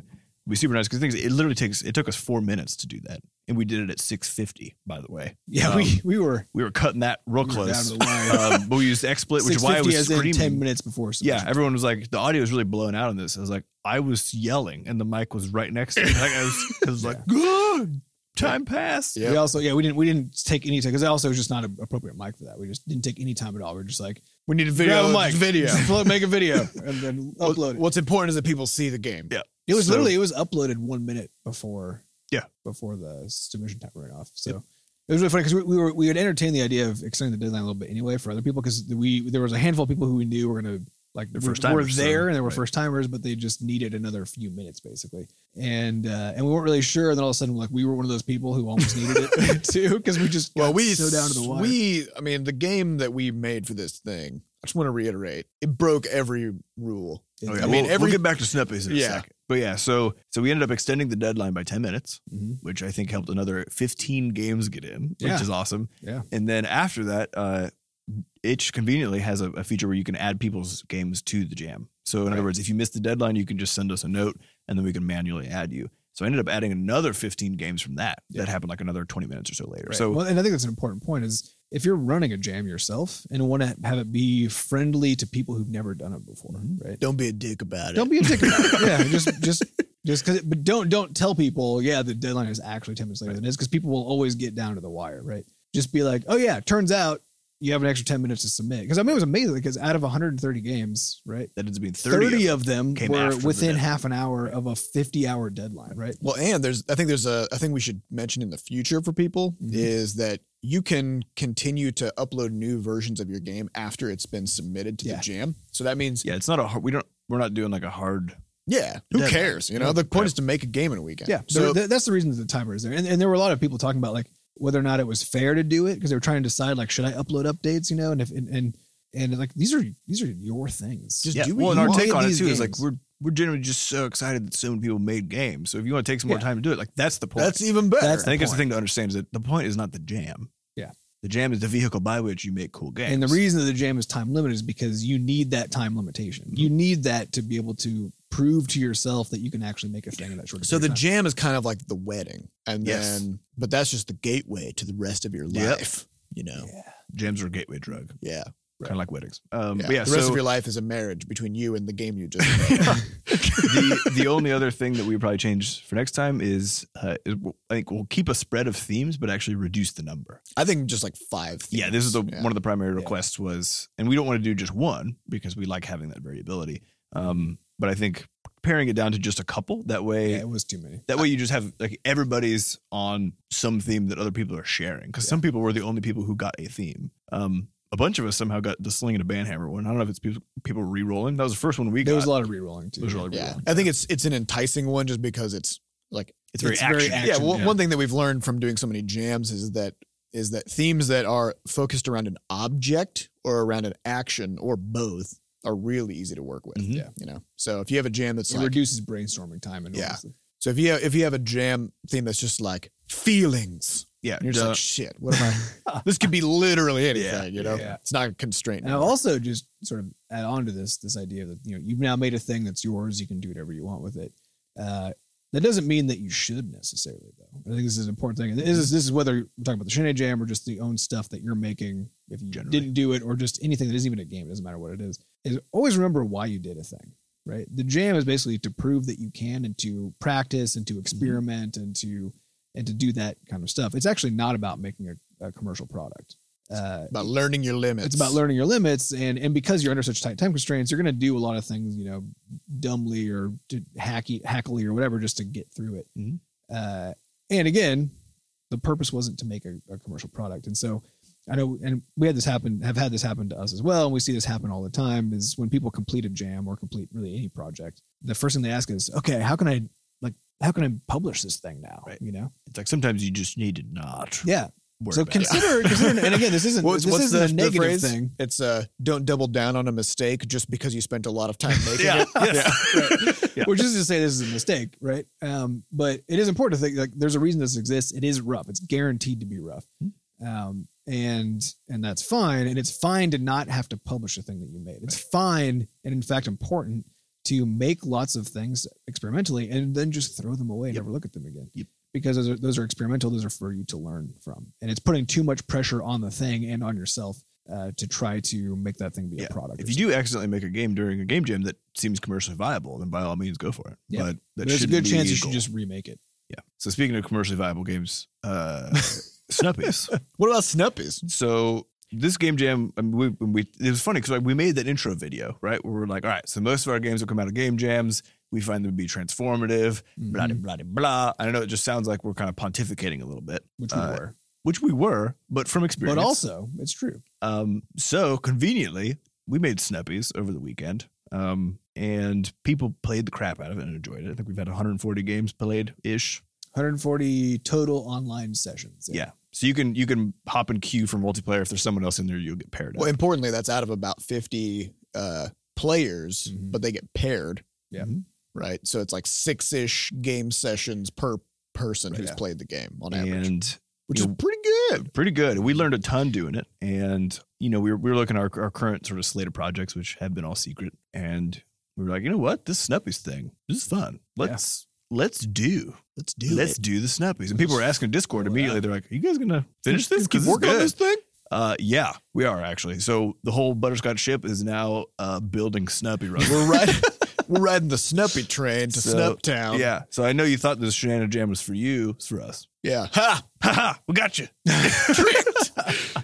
would be super nice because things it literally takes it took us four minutes to do that, and we did it at six fifty. By the way,
Yeah,
Um,
we we were
we were cutting that real
we were down
close.
to the wire.
um, but we used XSplit, which is why I
650
was
as in
screaming.
10 minutes before.
yeah,
submission.
everyone was like, the audio is really blowing out on this. I was like, I was yelling, and the mic was right next to me. Like, I was, I was like, good time passed.
Yeah.
We also, yeah, we didn't we didn't take any time because also it was just not an appropriate mic for that. We just didn't take any time at all. We are just like
we need a
grab
video.
a mic,
Video.
(laughs) just upload- make a video,
(laughs)
and then upload it.
What's important is that people see the game.
Yeah.
It was
So-
literally it was uploaded one minute before.
Yeah.
Before the submission time ran off, so it was really funny because we, we were we had entertained the idea of extending the deadline a little bit anyway for other people because we there was a handful of people who we knew were going to like
They're
were- were
first-timers, so-
there and they were
right.
first timers, but they just needed another few minutes basically, and uh, and we weren't really sure. And then all of a sudden, like we were one of those people who almost needed it (laughs) too because we just
Well,
got
we
so down to the wire.
we I mean the game that we made for this thing. I just want to reiterate, it broke every rule.
Oh,
It-
yeah.
I
I
mean,
mean, we'll,
every-
we'll get back to Snuppies in
Yeah.
a second. But yeah, so so we ended up extending the deadline by 10 minutes,
Mhm.
which I think helped another 15 games get in, which
Yeah.
is awesome.
Yeah.
And then after that, uh, Itch conveniently has a, a feature where you can add people's games to the jam. So in other
Right.
words, if you miss the deadline, you can just send us a note and then we can manually add you. So I ended up adding another 15 games from that. That happened like another 20 minutes or so later.
Right.
So
well, and I think that's an important point is if you're running a jam yourself and want to have it be friendly to people who've never done it before, right?
Don't be a dick about it.
(laughs)
Don't be a dick about it. Yeah, just just Just because, but don't don't tell people. Yeah, the deadline is actually ten minutes later than it is because people will always get down to the wire, right? Just be like, oh yeah, turns out you have an extra ten minutes to submit. Because I mean, it was amazing because out of 130 games, right,
That ends up being
30,
30. of-
of them
came
were
after the
within
deadline.
half an hour of a 50 hour deadline, right?
Well, and there's, I think there's a, I think we should mention in the future for people
Mm-hmm.
Mhm.
is that you can continue to upload new versions of your game after it's been submitted to
Yeah.
the jam. So that means,
yeah, it's not a hard, we don't, we're not doing like a hard.
yeah, who
Deadline.
cares? You know, the point
Yeah.
is to make a game in a weekend.
Yeah. So
So
that's the reason that the timer is there. And, and there were a lot of people talking about like whether or not it was fair to do it because they were trying to decide like, should I upload updates, you know? And if, and, and, and like, these are, these are your things.
Just
Yeah.
do what
well, and
you
our
want.
take
Play
on it
these
too is like
games.
we're we're generally just so excited that so many people made games. So if you want to take some more
Yeah.
time to do it, like that's the point.
that's even better.
That's
I think that's the
point.
thing to understand is that the point is not the jam.
Yeah.
The jam is the vehicle by which you make cool games.
And the reason that the jam is time limited is because you need that time limitation. You need that to be able to prove to yourself that you can actually make a thing in that short.
So the
period of time.
jam is kind of like the wedding, and
Yes.
then but that's just the gateway to the rest of your
Yep.
life. You know,
jams are a gateway drug,
yeah,
kind of like weddings. Um,
yeah.
But yeah,
the rest
so
of your life is a marriage between you and the game you
(laughs)
just.
the the only other thing that we probably change for next time is, uh, is we'll- I think we'll keep a spread of themes, but actually reduce the number.
I think just like five. Things.
Yeah, this is the
Yeah.
one of the primary
Yeah.
requests was, and we don't want to do just one because we like having that variability. Um, but I think paring it down to just a couple that way.
yeah, it was too many.
That way, you just have like everybody's on some theme that other people are sharing. Because some people were the only people who got a theme. Um, a bunch of us somehow got the sling and a banhammer one. I don't know if it's people, people re-rolling. That was the first one we
There
got.
was a lot of rerolling too.
It was really
Yeah,
re-rolling.
I think it's it's an enticing one just because it's like
it's very
it's
action.
very act-
yeah,
Action,
well,
yeah.
One thing that we've learned from doing so many jams is that is that themes that are focused around an object or around an action or both are really easy to work with.
Mhm.
Yeah, you know. So if you have a jam that's
it
like
reduces brainstorming time enormously.
So if you have, if you have a jam theme that's just like feelings,
yeah,
and you're just
duh.
like shit. What am I? this could
(laughs)
be literally anything.
Yeah,
you know,
yeah.
it's not a constraint.
And I'll also just sort of add on to this this idea that you know you've now made a thing that's yours. You can do whatever you want with it. Uh, that doesn't mean that you should necessarily, though. I think this is an important thing. And This is this is whether we're talking about the Shane Jam or just the own stuff that you're making. If you
Generally.
didn't do it, or just anything that isn't even a game, it doesn't matter what it is. Is always remember why you did a thing. Right. The jam is basically to prove that you can and to practice and to experiment and to and to do that kind of stuff. It's actually not about making a, a commercial product. Uh,
about learning your limits.
it's about learning your limits and and because you're under such tight time constraints you're going to do a lot of things you know dumbly or d- hacky hackily or whatever just to get through it
Mhm.
uh, and again the purpose wasn't to make a, a commercial product and so i know and we had this happen have had this happen to us as well and we see this happen all the time is when people complete a jam or complete really any project the first thing they ask is okay how can i like how can i publish this thing now
Right.
you know
It's like sometimes you just need to not.
yeah
worry
so
about it. (laughs)
consider, consider and again this isn't
What's,
this
what's
isn't
the,
a
the
negative
phrase?
thing
It's uh, don't double down on a mistake just because you spent a lot of time making
(laughs) Yeah.
(laughs)
it.
yes. (laughs) Yeah.
which is to say this is a mistake, right? Um, but it is important to think like there's a reason this exists. It is rough. It's guaranteed to be rough.
Hmm.
Um, and and that's fine. And it's fine to not have to publish a thing that you made. It's fine and in fact important to make lots of things experimentally and then just throw them away and
Yep.
never look at them again.
Yep.
Because those are, those are experimental. Those are for you to learn from. And it's putting too much pressure on the thing and on yourself uh, to try to make that thing be
Yeah.
a product.
If you do accidentally make a game during a game jam that seems commercially viable, then by all means go for it.
Yeah.
But that
there's a
shouldn't
good
be
chance
your
you should
goal.
just remake it.
Yeah. So speaking of commercially viable games,
(laughs)
uh Snuppies.
What about Snuppies?
So this game jam, I mean, we, when we it was funny because like we made that intro video, right? Where we're like, all right, so most of our games will come out of game jams. We find them to be transformative,
Mm-hmm.
blah de blah de blah. I don't know. It just sounds like we're kind of pontificating a little bit,
Which we
Uh,
were.
which we were, but from experience.
But also, it's true.
Um, so conveniently, we made Snuppies over the weekend. Um, and people played the crap out of it and enjoyed it. I think we've had 140 games played ish.
140 total online sessions.
Yeah. So you can you can hop in queue for multiplayer. If there's someone else in there, you'll get paired up.
Well, importantly, that's out of about 50 uh, players,
Mhm.
but they get paired.
Yeah.
Mm-hmm.
Right. So it's like six ish game sessions per person who's
Yeah.
played the game on average,
and
which is
you-
pretty good.
pretty good. We learned a ton doing it, and you know we were, we were looking at our our current sort of slate of projects, which have been all secret, and we were like, you know what, this Snuppies thing, this is fun.
Yeah.
Let's let's do
Let's do
let's
it.
do the Snuppies. And people were asking Discord
Roll it
immediately. They're like, "Are you guys gonna finish this?
Let's keep
Because
working on this thing.
Uh, yeah, we are actually. So the whole butterscotch ship is now uh, building Snuppy Run.
We're right. We're riding the Snuppy train to
So,
Snuptown.
Yeah. So I know you thought this Shenanigans Jam was for you. It's for us. (laughs)
Yeah.
Ha! Ha ha! We
(laughs)
got you. (laughs)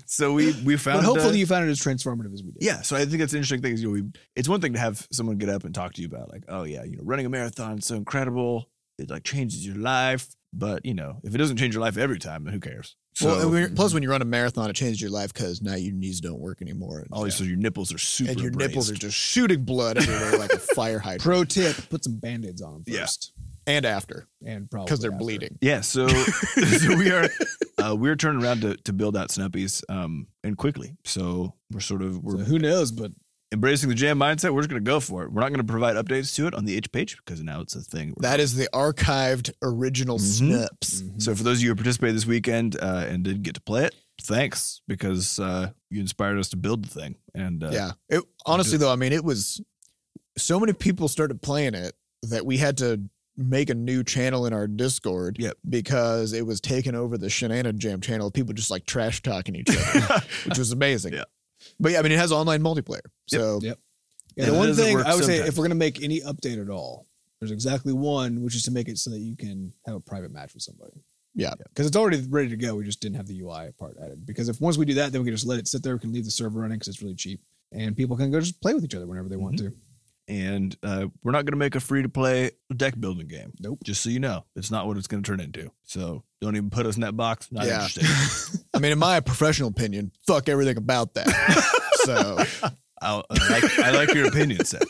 so we we found.
But
uh,
hopefully you found it as transformative as we did.
Yeah, so I think that's an interesting thing. Is you know, we, it's one thing to have someone get up and talk to you about like, oh yeah, you know, running a marathon is so incredible. It like changes your life, but you know, if it doesn't change your life every time, then who cares? So, mm-hmm. mm,
well, and when- plus when you run a marathon, it changes your life because now your knees don't work anymore.
all these so your nipples are Oh, super
and your nipples are
braced.
just shooting blood everywhere
(laughs)
like a fire hydrant.
Pro tip, put some band-aids on them
Yeah.
first.
And after,
And
Oh,
probably
because they're
after.
bleeding.
yeah.
(laughs)
So, so we are uh, we're turning around to, to build out Snuppies um and quickly. So we're sort of
So
we're
who knows, but
embracing the jam mindset. We're just gonna go for it. We're not gonna provide updates to it on the itch page because now it's a thing. We're
That is the archived original
Mhm.
snips.
mm-hmm.
So for those of you who participated this weekend uh, and didn't get to play it, thanks because uh, you inspired us to build the thing. And uh,
yeah. It, honestly, though, I mean, it was so many people started playing it that we had to make a new channel in our Discord
Yep.
because it was taking over the Shenanigan Jam channel. People just like trash talking each
(laughs)
other, which was amazing.
Yeah.
But yeah, I mean, it has online multiplayer. So
Yep. Yeah,
And
the
it
one
doesn't
thing
work
I would say,
sometimes.
if we're going to make any update at all, there's exactly one, which is to make it so that you can have a private match with somebody.
Yeah.
Because it's already ready to go. We just didn't have the UI part added. Because if once we do that, then we can just let it sit there. We can leave the server running because it's really cheap. And people can go just play with each other whenever they
Mm-hmm.
want to.
and uh, we're not going to make a free to play deck building game.
Nope.
Just so you know, it's not what it's going to turn into. So don't even put us in that box. Not
Yeah.
interested.
I mean, in my professional opinion, fuck everything about that. so
I'll, I, like, I like your opinion,
(laughs)
Seth.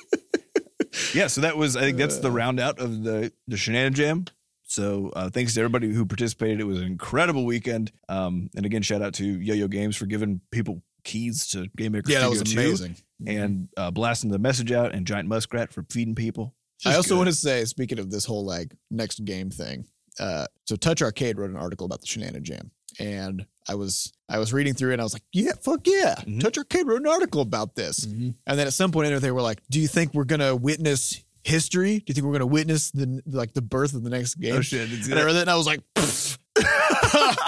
Yeah, so that was I think that's
Uh.
the round out of the the Shenanigan Jam. So uh, thanks to everybody who participated. It was an incredible weekend. Um, and again, shout out to Yo Yo Games for giving people keys to Game Maker.
yeah, that
Studio
was
2
amazing.
And uh, blasting the message out, and Giant Muskrat for feeding people. It's just
I also
good.
want to say, speaking of this whole like next game thing, uh, so Touch Arcade wrote an article about the Shenanigan Jam, and I was I was reading through it, and I was like, yeah, fuck yeah,
Mhm.
Touch Arcade wrote an article about this.
Mm-hmm.
Mhm.
And then at some point in there, they were like, do you think we're gonna witness history? Do you think we're gonna witness the like the birth of the next game?
Oh shit! I didn't see
And I
that.
read that, and I was like, "Pfft."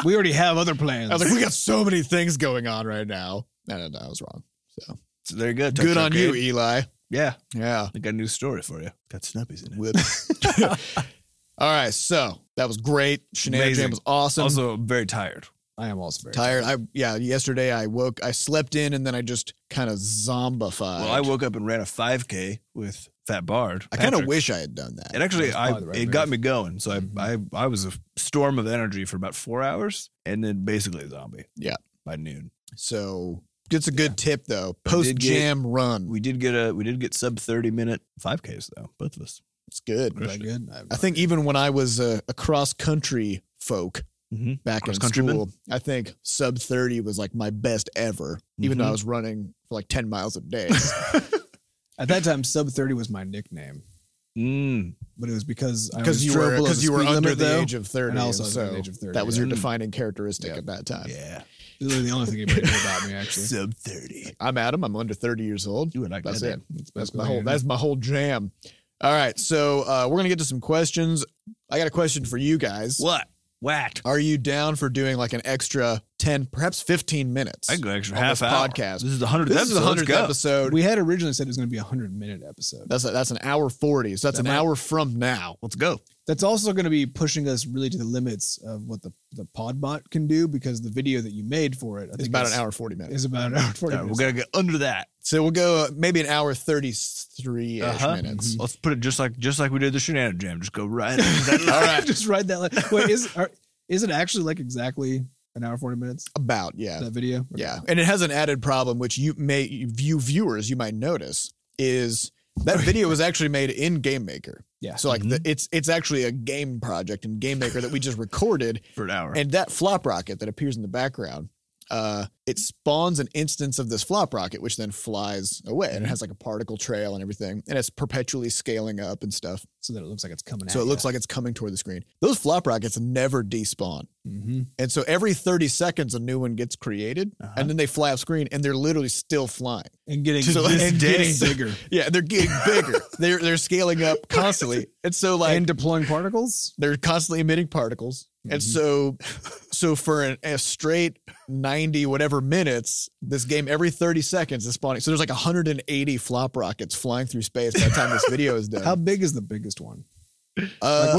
We already have other plans.
I was like, we got so many things going on right now. No, no, no, I was wrong. So
So there you go. Touch
good on you, E.
Arcade.
Eli.
Yeah,
Yeah.
I got a new story for you. Got Snubbies in it.
Whip. (laughs) All right, so that was great. Shenanigan
Amazing.
Jam was awesome.
also, very tired.
I am also very
tired. I yeah. Yesterday I woke. I slept in and then I just kind of zombified.
Well, I woke up and ran a 5K with Fat Bard.
I kind of
Patrick.
wish I had done that.
It actually,
That's
I
probably the right
it
move.
got me going. So I,
Mhm.
I, I was a storm of energy for about four hours, and then basically a zombie.
Yeah.
by noon.
so it's a good tip though.
I did
Post jam run.
We did get a, we did get sub thirty minute five Ks though, both of us.
It's good.
Is that good? have
I
no
think
idea.
even when I was a, a cross country folk
Mhm.
back in
Cross-countryman?
school, I think sub thirty was like my best ever. Even though I was running for like ten miles a (laughs) day.
at that time, sub 30 was my nickname,
Mm.
but it was because I
because
was
you were
below
because
the
you were
speed
under
limit,
the
though.
age of thirty,
and I also was
so
under the age of 30.
that was your
yeah.
defining characteristic
Yeah.
at that time.
Yeah,
Literally the only thing anybody knew about me, actually.
(laughs)
sub thirty.
I'm Adam. I'm under thirty years old.
You would like
That's
that?
it.
name.
That's
basically
my
all
whole
you
that's my whole jam. All right, so uh, we're gonna get to some questions. I got a question for you guys.
What? What?
Are you down for doing like an extra ten, perhaps fifteen minutes?
I can go extra
On
half
this
hour.
podcast.
This is the hundredth
This
episode.
is the hundredth
Let's go.
episode.
We had originally said it was going to be a 100 minute episode.
that's a, that's an hour forty. So that's
That
an
might-
hour from now.
Let's go.
That's also going to be pushing us really to the limits of what the, the Podbot can do because the video that you made for it, I
It's
think
about
is-
an hour forty minutes.
Is about an hour and 40
All right, we're
minutes. (laughs)
gonna get under that.
So we'll go uh, maybe an hour thirty three
Uh-huh.
minutes.
Let's put it just like just like we did the Shenanigan Jam. Just
(laughs)
go right. under that line.
All right.
Just write that. Line. Wait, is are, is it actually like exactly an hour and 40 minutes?
About yeah.
That video?
Yeah, and it has an added problem, which you may you viewers you might notice is
(laughs)
that video was actually made in Game Maker.
Yeah.
So like the, it's it's actually a game project in Game Maker that we just recorded,
for an hour.
and that flop rocket that appears in the background, uh, it spawns an instance of this flop rocket, which then flies away, and it has like a particle trail and everything, and it's perpetually scaling up and stuff.
So that it looks like it's coming out.
So it looks like it's coming toward the screen. Those flop rockets never despawn.
hmm
And so every 30 seconds, a new one gets created,
Uh-huh.
and then they fly off screen, and they're literally still flying. (laughs)
And getting,
So
this
it's
getting
days.
bigger.
Yeah, they're getting bigger. they're they're scaling up constantly, and so (laughs) like
and deploying particles?
they're constantly emitting particles, and
Mm-hmm.
Mhm.
so so for an, a straight 90 whatever minutes, this game every 30 seconds is spawning. So there's like 180 flop rockets flying through space by the time
(laughs)
this video is done.
How big is the biggest one?
Uh,
like,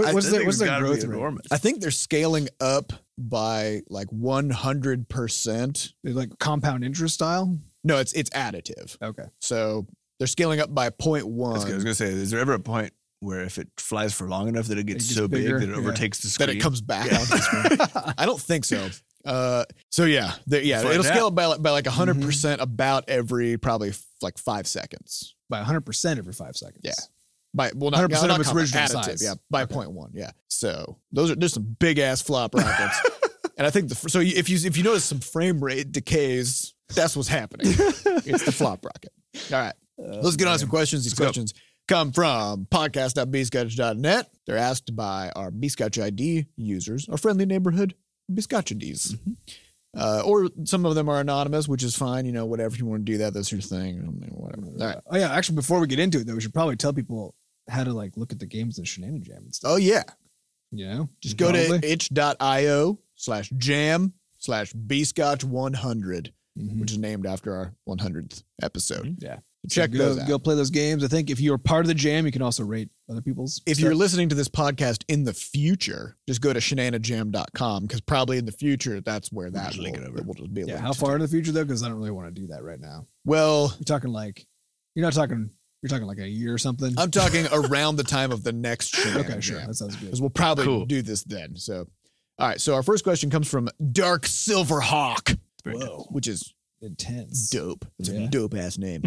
what-
I-
what's
That
the-
thing's
what's the
gotta be
growth rate?
enormous.
I think they're scaling up by like 100%.
Like compound interest style?
No, it's it's additive.
Okay.
So they're scaling up by 0.1
That's good. I was gonna say, is there ever a point where if it flies for long enough that it gets
gets
so
bigger,
big that it
yeah.
overtakes the
that
screen?
it comes back onto the screen. (laughs) I don't think so. Uh, so yeah, the, yeah,
It's like
it'll
that.
scale up by like, by like 100
Mm-hmm.
percent about every probably f- like five seconds.
By 100% every five seconds.
Yeah. By well, not
100%
not
of its
comma,
original
additive,
size.
Yeah, by
Okay.
point 0.1. Yeah. So those are there's some big ass flop
(laughs)
rockets, and I think the fr- so you- if you if you notice some frame rate decays, that's what's
(laughs)
happening. it's the flop rocket. All right.
Uh,
Let's get on to some questions. These
go.
questions come from podcast.bscotch.net. They're asked by our Bscotch ID users, our friendly neighborhood Bscotchides.
Mm-hmm.
Uh, or some of them are anonymous, which is fine. You know, whatever you want to do that, that's your thing. I mean, whatever. All right.
Oh, yeah. Actually, before we get into it, though, we should probably tell people how to like look at the games in Shenanigan Jam and stuff.
Oh yeah,
You know?
just go to
Probably.
itch.io slash jam slash bscotch 100,
Mhm.
which is named after our 100th episode.
Yeah.
Mm-hmm. Check
Mm-hmm. go,
those out.
Go play those games. I think if you're part of the jam, you can also rate other people's.
if
stuff.
you're listening to this podcast in the future, just go to shenanajam.com because probably in the future that's where that
just
will,
link it over.
it will just be.
yeah,
linked
how
to.
far in the future though? Because I don't really want to do that right now.
Well,
You're talking like, you're not talking. You're talking like a year or something.
I'm talking around the time of the next
okay, sure.
shenanajam
That sounds good.
because we'll probably
Cool.
do this then. So, all right. So our first question comes from Dark Silver Hawk,
Very nice.
Whoa,
which is
intense.
dope. It's a
Yeah.
dope ass name.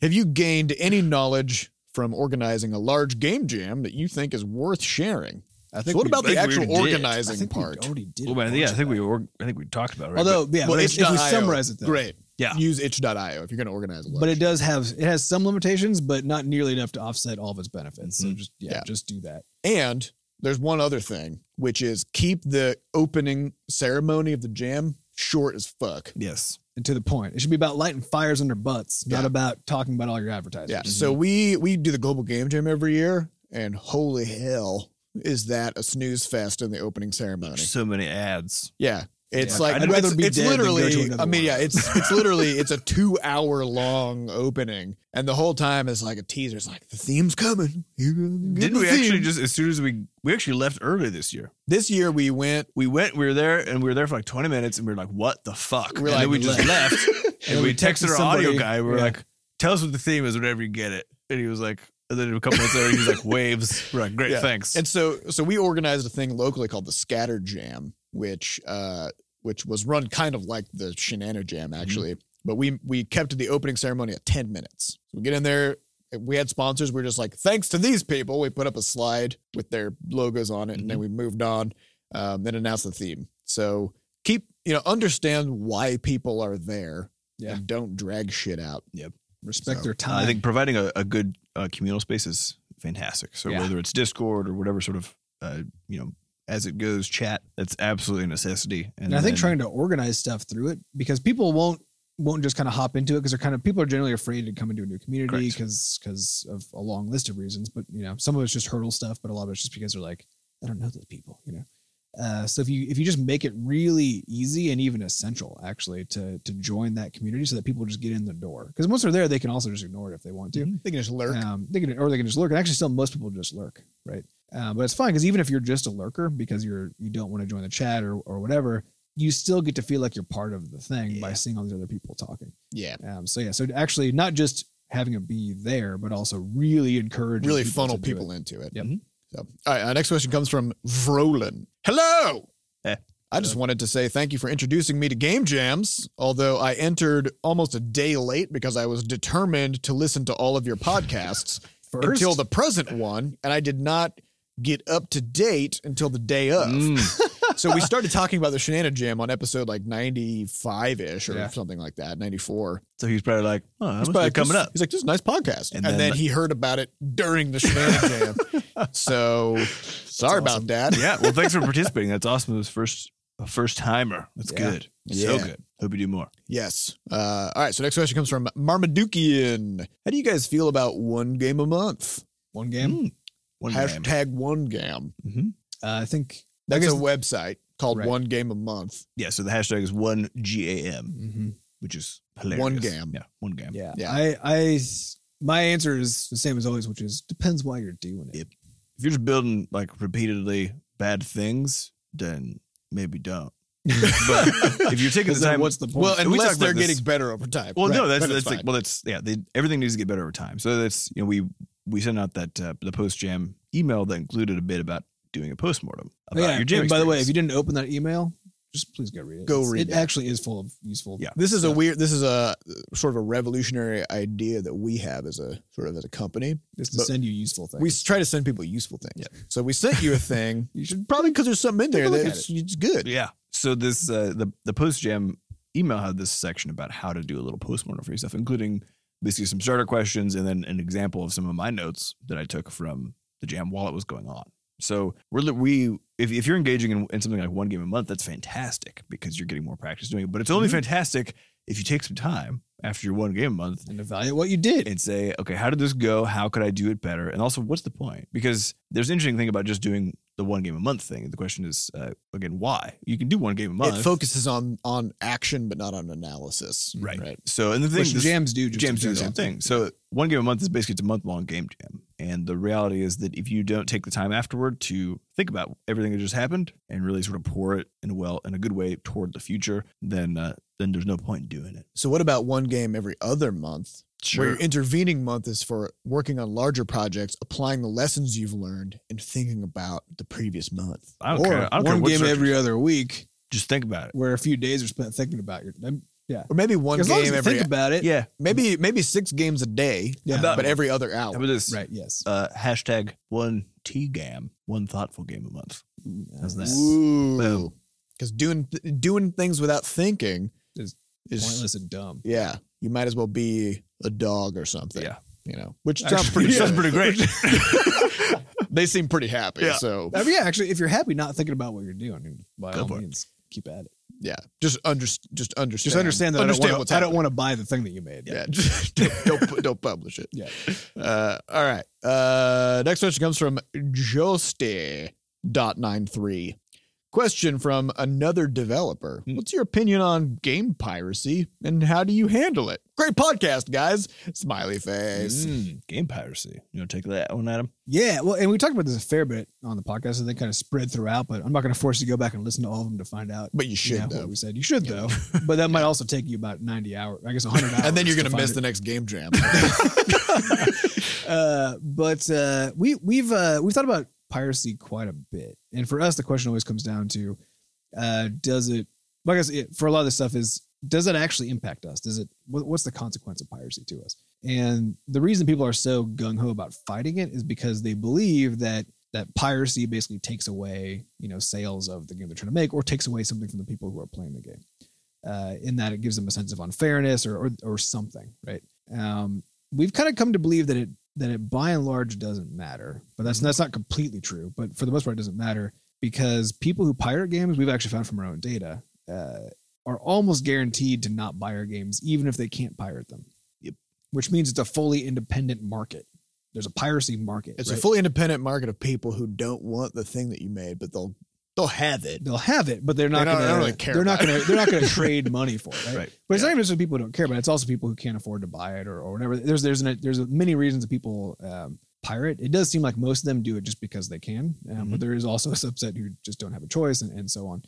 Have you gained any knowledge from organizing a large game jam that you think is worth sharing?
I
So what
we-
about the
I think we
actual
already did. I
I
organizing
think we
part?
already did.
Well,
a
man, yeah, I
bunch of
think
that.
we were, I think we talked about it. Right?
Although, yeah,
Well,
but if, if we
itch.io.
summarize it, though,
Great.
Yeah.
Use itch.io if you're going to organize a large
But it does have it has some limitations, but not nearly enough to offset all of its benefits. So
Mhm.
just yeah,
Mm-hmm. Yeah.
just do that.
And there's one other thing, which is keep the opening ceremony of the jam short as fuck.
but- yes,
And to the point, it should be about lighting fires under butts, not
Yeah.
about talking about all your advertisers.
Yeah. So we we do the global game jam every year, and holy hell, is that a snooze fest in the opening ceremony?
so many ads.
Yeah. It's
Yeah.
like
I'd
it's-
rather be
it's,
dead than go to
literally.
another
I mean,
one.
yeah, it's
(laughs)
it's literally it's a two hour long opening, and the whole time is like a teaser. It's like the theme's coming.
Didn't we actually just as soon as we we actually left early this year?
this year we went
We went, we were there, and we were there for like 20 minutes, and we were like, "What the fuck?"
We're
and
like,
then we just
"Left."
left,
(laughs) then
and we
we
texted
texted
our
somebody,
audio guy. We were
yeah.
like, "Tell us what the theme is whenever you get it." And he was like, and then a couple minutes later, he
(laughs)
was like, "Waves." We're like, "Great,
Yeah.
thanks."
And so so we organized a thing locally called the Scatter Jam, which uh which was run kind of like the Shenana Jam
Mm-hmm.
actually, but we we kept the opening ceremony at 10 minutes. So we get in there we had sponsors. We are just like, thanks to these people. We put up a slide with their logos on it, and then we
Mm-hmm.
moved on um, and announced the theme. So keep, you know, understand why people are there
Yeah.
and don't drag shit out.
respect
So,
their
Uh,
time.
I think providing a, a good uh, communal space is fantastic. So
Yeah.
whether it's Discord or whatever sort of uh, you know as it goes chat, that's absolutely a necessity.
and, I think
then-
trying to organize stuff through it because people won't won't just kind of hop into it because they're kind of people are generally afraid to come into a new community
Correct.
because of a long list of reasons. But you know, some of it's just hurdle stuff, but a lot of it's just because they're like, I don't know those people, you know. Uh, so if you if you just make it really easy and even essential actually to to join that community so that people just get in the door because once they're there they can also just ignore it if they want
Mm-hmm.
to
They can just lurk.
um, they can or they can just lurk. And actually, still most people just lurk, right? Uh, but it's fine because even if you're just a lurker because you're you don't want to join the chat or or whatever, you still get to feel like you're part of the thing by
Yeah.
seeing all these other people talking.
Yeah.
Um, so yeah, so actually not just having it be there, but also really encouraging,
really
people
funnel
to do
people Mm-hmm.
it.
into it.
Yep.
Mhm.
So, all right. Our next question comes from Vrolin. Hello.
Eh.
I just wanted to say thank you for introducing me to game jams. Although I entered almost a day late because I was determined to listen to all of your
(laughs)
podcasts
First,
until
(laughs)
the present one, and I did not get up to date until the day of.
Mm.
(laughs) So
(laughs)
we started talking about the Shenana Jam on episode like ninety five ish or
Yeah.
something like that, ninety four.
so he's probably like, "Oh, that must
He's
be
probably like,
coming
this-
up."
He's like, this is a nice podcast. And,
And
then,
then-
he heard about it during the Shenanigans
(laughs)
Jam. So (laughs) sorry about that.
yeah. Well, thanks for participating. That's awesome. It was first a first timer. That's
Yeah.
good. So
Yeah.
good. Hope you do more.
Yes. Uh, all right. So next question comes from Marmadukian. How do you guys feel about one game a month?
one game.
Mm. One game.
Hashtag one game.
Mhm.
Uh, I think
That's
guess-
a website. called
Right.
One Game a Month.
Yeah, so the hashtag is one GAM,
Mm-hmm.
which is hilarious.
gam.
Yeah, one gam.
Yeah.
Yeah.
I, I, my answer is the same as always, which is depends why you're doing it.
Yep. If you're just building like repeatedly bad things, then maybe don't.
(laughs)
(laughs)
(laughs) But if you're taking
'Cause
the
then
time,
what's the point?
Well,
we
unless
talked about
they're
this.
getting better over time.
Well, no,
Right.
that's
But it's
that's like,
fine.
well, that's yeah. They, everything needs to get better over time. So that's you know we we sent out that uh, the post jam email that included a bit about doing a postmortem about
yeah.
your jam.
and by the way, if
experience.
you didn't open that email, just please go read it.
Go
It's-
read
It
that.
actually is full of useful.
Yeah.
This is a
Yeah.
weird. This is a uh, sort of a revolutionary idea that we have as a sort of as a company.
It's to
But
send you useful things.
We s- try to send people useful things. So we sent
(laughs)
you a thing,
you should
probably because there's something in there
Take a look
that's it's good.
Yeah. So this uh, the the post jam email had this section about how to do a little postmortem for yourself, including basically some starter questions and then an example of some of my notes that I took from the jam while it was going on. So we're li- we if, if you're engaging in, in something like one game a month, that's fantastic because you're getting more practice doing it. But it's only
Mhm.
fantastic if you take some time after your one game a month
and evaluate what you did.
and say, okay, how did this go? How could I do it better? And also, what's the point? Because there's an interesting thing about just doing the one game a month thing. The question is, uh, again, why? You can do one game a month.
It focuses on on action, but not on analysis.
right. So, and the
Mm,
thing
Which
this,
jams do. Just
jams do the
that.
same thing. So, one game a month is basically it's a month long game jam. And the reality is that if you don't take the time afterward to think about everything that just happened and really sort of pour it in a well in a good way toward the future, then uh, then there's no point in doing it.
So what about one game every other month? Where your intervening month is for working on larger projects, applying the lessons you've learned, and thinking about the previous month.
I don't
or
care. I
one
don't care what
game
structure-
every other week,
Just think about it.
where a few days are spent thinking about your. I'm-
Or maybe one
as long as
game
you
every
think about it.
Yeah.
maybe maybe six games a day,
Yeah.
About-
but every other hour.
How about this?
Right. Yes.
uh, hashtag one TGAM, one thoughtful game a month.
Mm,
How's that?
Ooh.
Boom.
Because doing doing things without thinking
Is
is
Pointless and dumb.
yeah. You might as well be a dog or something.
Yeah.
you know, which (laughs) sounds
Sounds pretty,
pretty.
sounds
(laughs)
pretty great.
they seem pretty happy.
Yeah.
So
I mean, yeah, actually, if you're happy not thinking about what you're doing, by
Go
all
for it.
means, keep at it.
yeah, just under just understand.
Just understand that
understand
I
what's
don't want to. I don't
happening.
want to buy the thing that you made.
Yeah, (laughs) just don't don't, pu- don't publish it.
Yeah.
Uh, all right. Uh, next question comes from Joste.93. Question from another developer.
Hmm.
What's your opinion on game piracy and how do you handle it? Great podcast, guys. Smiley face.
Hmm.
Mm, game piracy. You want to take that one, Adam?
Yeah, well, and we talked about this a fair bit on the podcast, and they kind of spread throughout. But I'm not going to force you to go back and listen to all of them to find out.
But you should
you know,
though.
what we said. You should though, but that might also take you about 90 hours, I
(laughs)
guess 100 hours.
And then you're going to
find
miss
it.
the next game
(laughs)
jam.
Uh, but uh, we we've uh, we've thought about piracy quite a bit, and for us, the question always comes down to: uh, Does it? Like I said, it, for a lot of this stuff, is does it actually impact us? Does it? What, what's the consequence of piracy to us? And the reason people are so gung ho about fighting it is because they believe that that piracy basically takes away you know sales of the game they're trying to make, or takes away something from the people who are playing the game. Uh, in that it gives them a sense of unfairness or or, or something, right? Um, we've kind of come to believe that it that it by and large doesn't matter. But
Mm-hmm.
that's that's not completely true. But for the most part, it doesn't matter because people who pirate games, we've actually found from our own data, uh, are almost guaranteed to not buy our games, even if they can't pirate them.
Yep.
Which means it's a fully independent market. There's a piracy market.
it's
right?
a fully independent market of people who don't want the thing that you made, but they'll they'll have
(laughs)
it.
they'll have it, but they're not
They don't-
going
they
to.
don't really care
they're not
about
going to. They're
(laughs)
not going to trade money for it. Right.
Right.
But it's not even just people who don't care about it. It's also people who can't afford to buy it or, or whatever. There's there's an, there's many reasons that people um, pirate. It does seem like most of them do it just because they can, um,
Mm-hmm.
but there is also a subset who just don't have a choice and, and so on.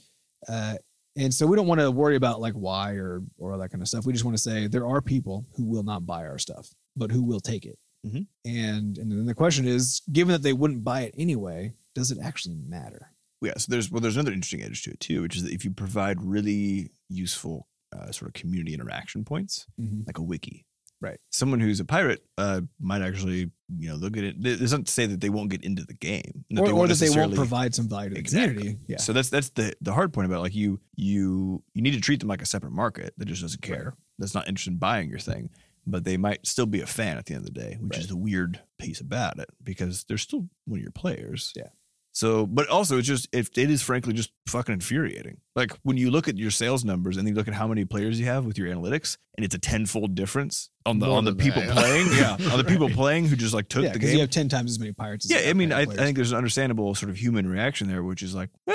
Uh, and so we don't want to worry about like why or or all that kind of stuff. We just want to say there are people who will not buy our stuff, but who will take it.
Mm-hmm.
Mhm.
And and then the question is, given that they wouldn't buy it anyway, does it actually matter?
Yeah. So there's well, there's another interesting edge to it too, which is that if you provide really useful uh, sort of community interaction points,
Mm-hmm.
like a wiki.
Right.
Someone who's a pirate uh, might actually, you know, they'll get it. It's not to say that they won't get into the game, that
Or, or
won't
that they won't
necessarily-
provide some value to the
Exactly.
community. Yeah.
So that's that's the the hard point about it. like you you you need to treat them like a separate market that just doesn't care. That's not interested in buying your thing, but they might still be a fan at the end of the day, which is
Right.
the weird piece about it because they're still one of your players.
Yeah.
So, but also it's just if it is frankly just fucking infuriating. Like when you look at your sales numbers and then you look at how many players you have with your analytics, and it's a tenfold difference on the
More
on the
than
people
that, yeah.
(laughs)
playing. Yeah, on the people playing who just like took
yeah,
the
because
game.
you have ten times as many pirates. As
yeah, I mean, I, I
players.
think there's an understandable sort of human reaction there, which is like, hey,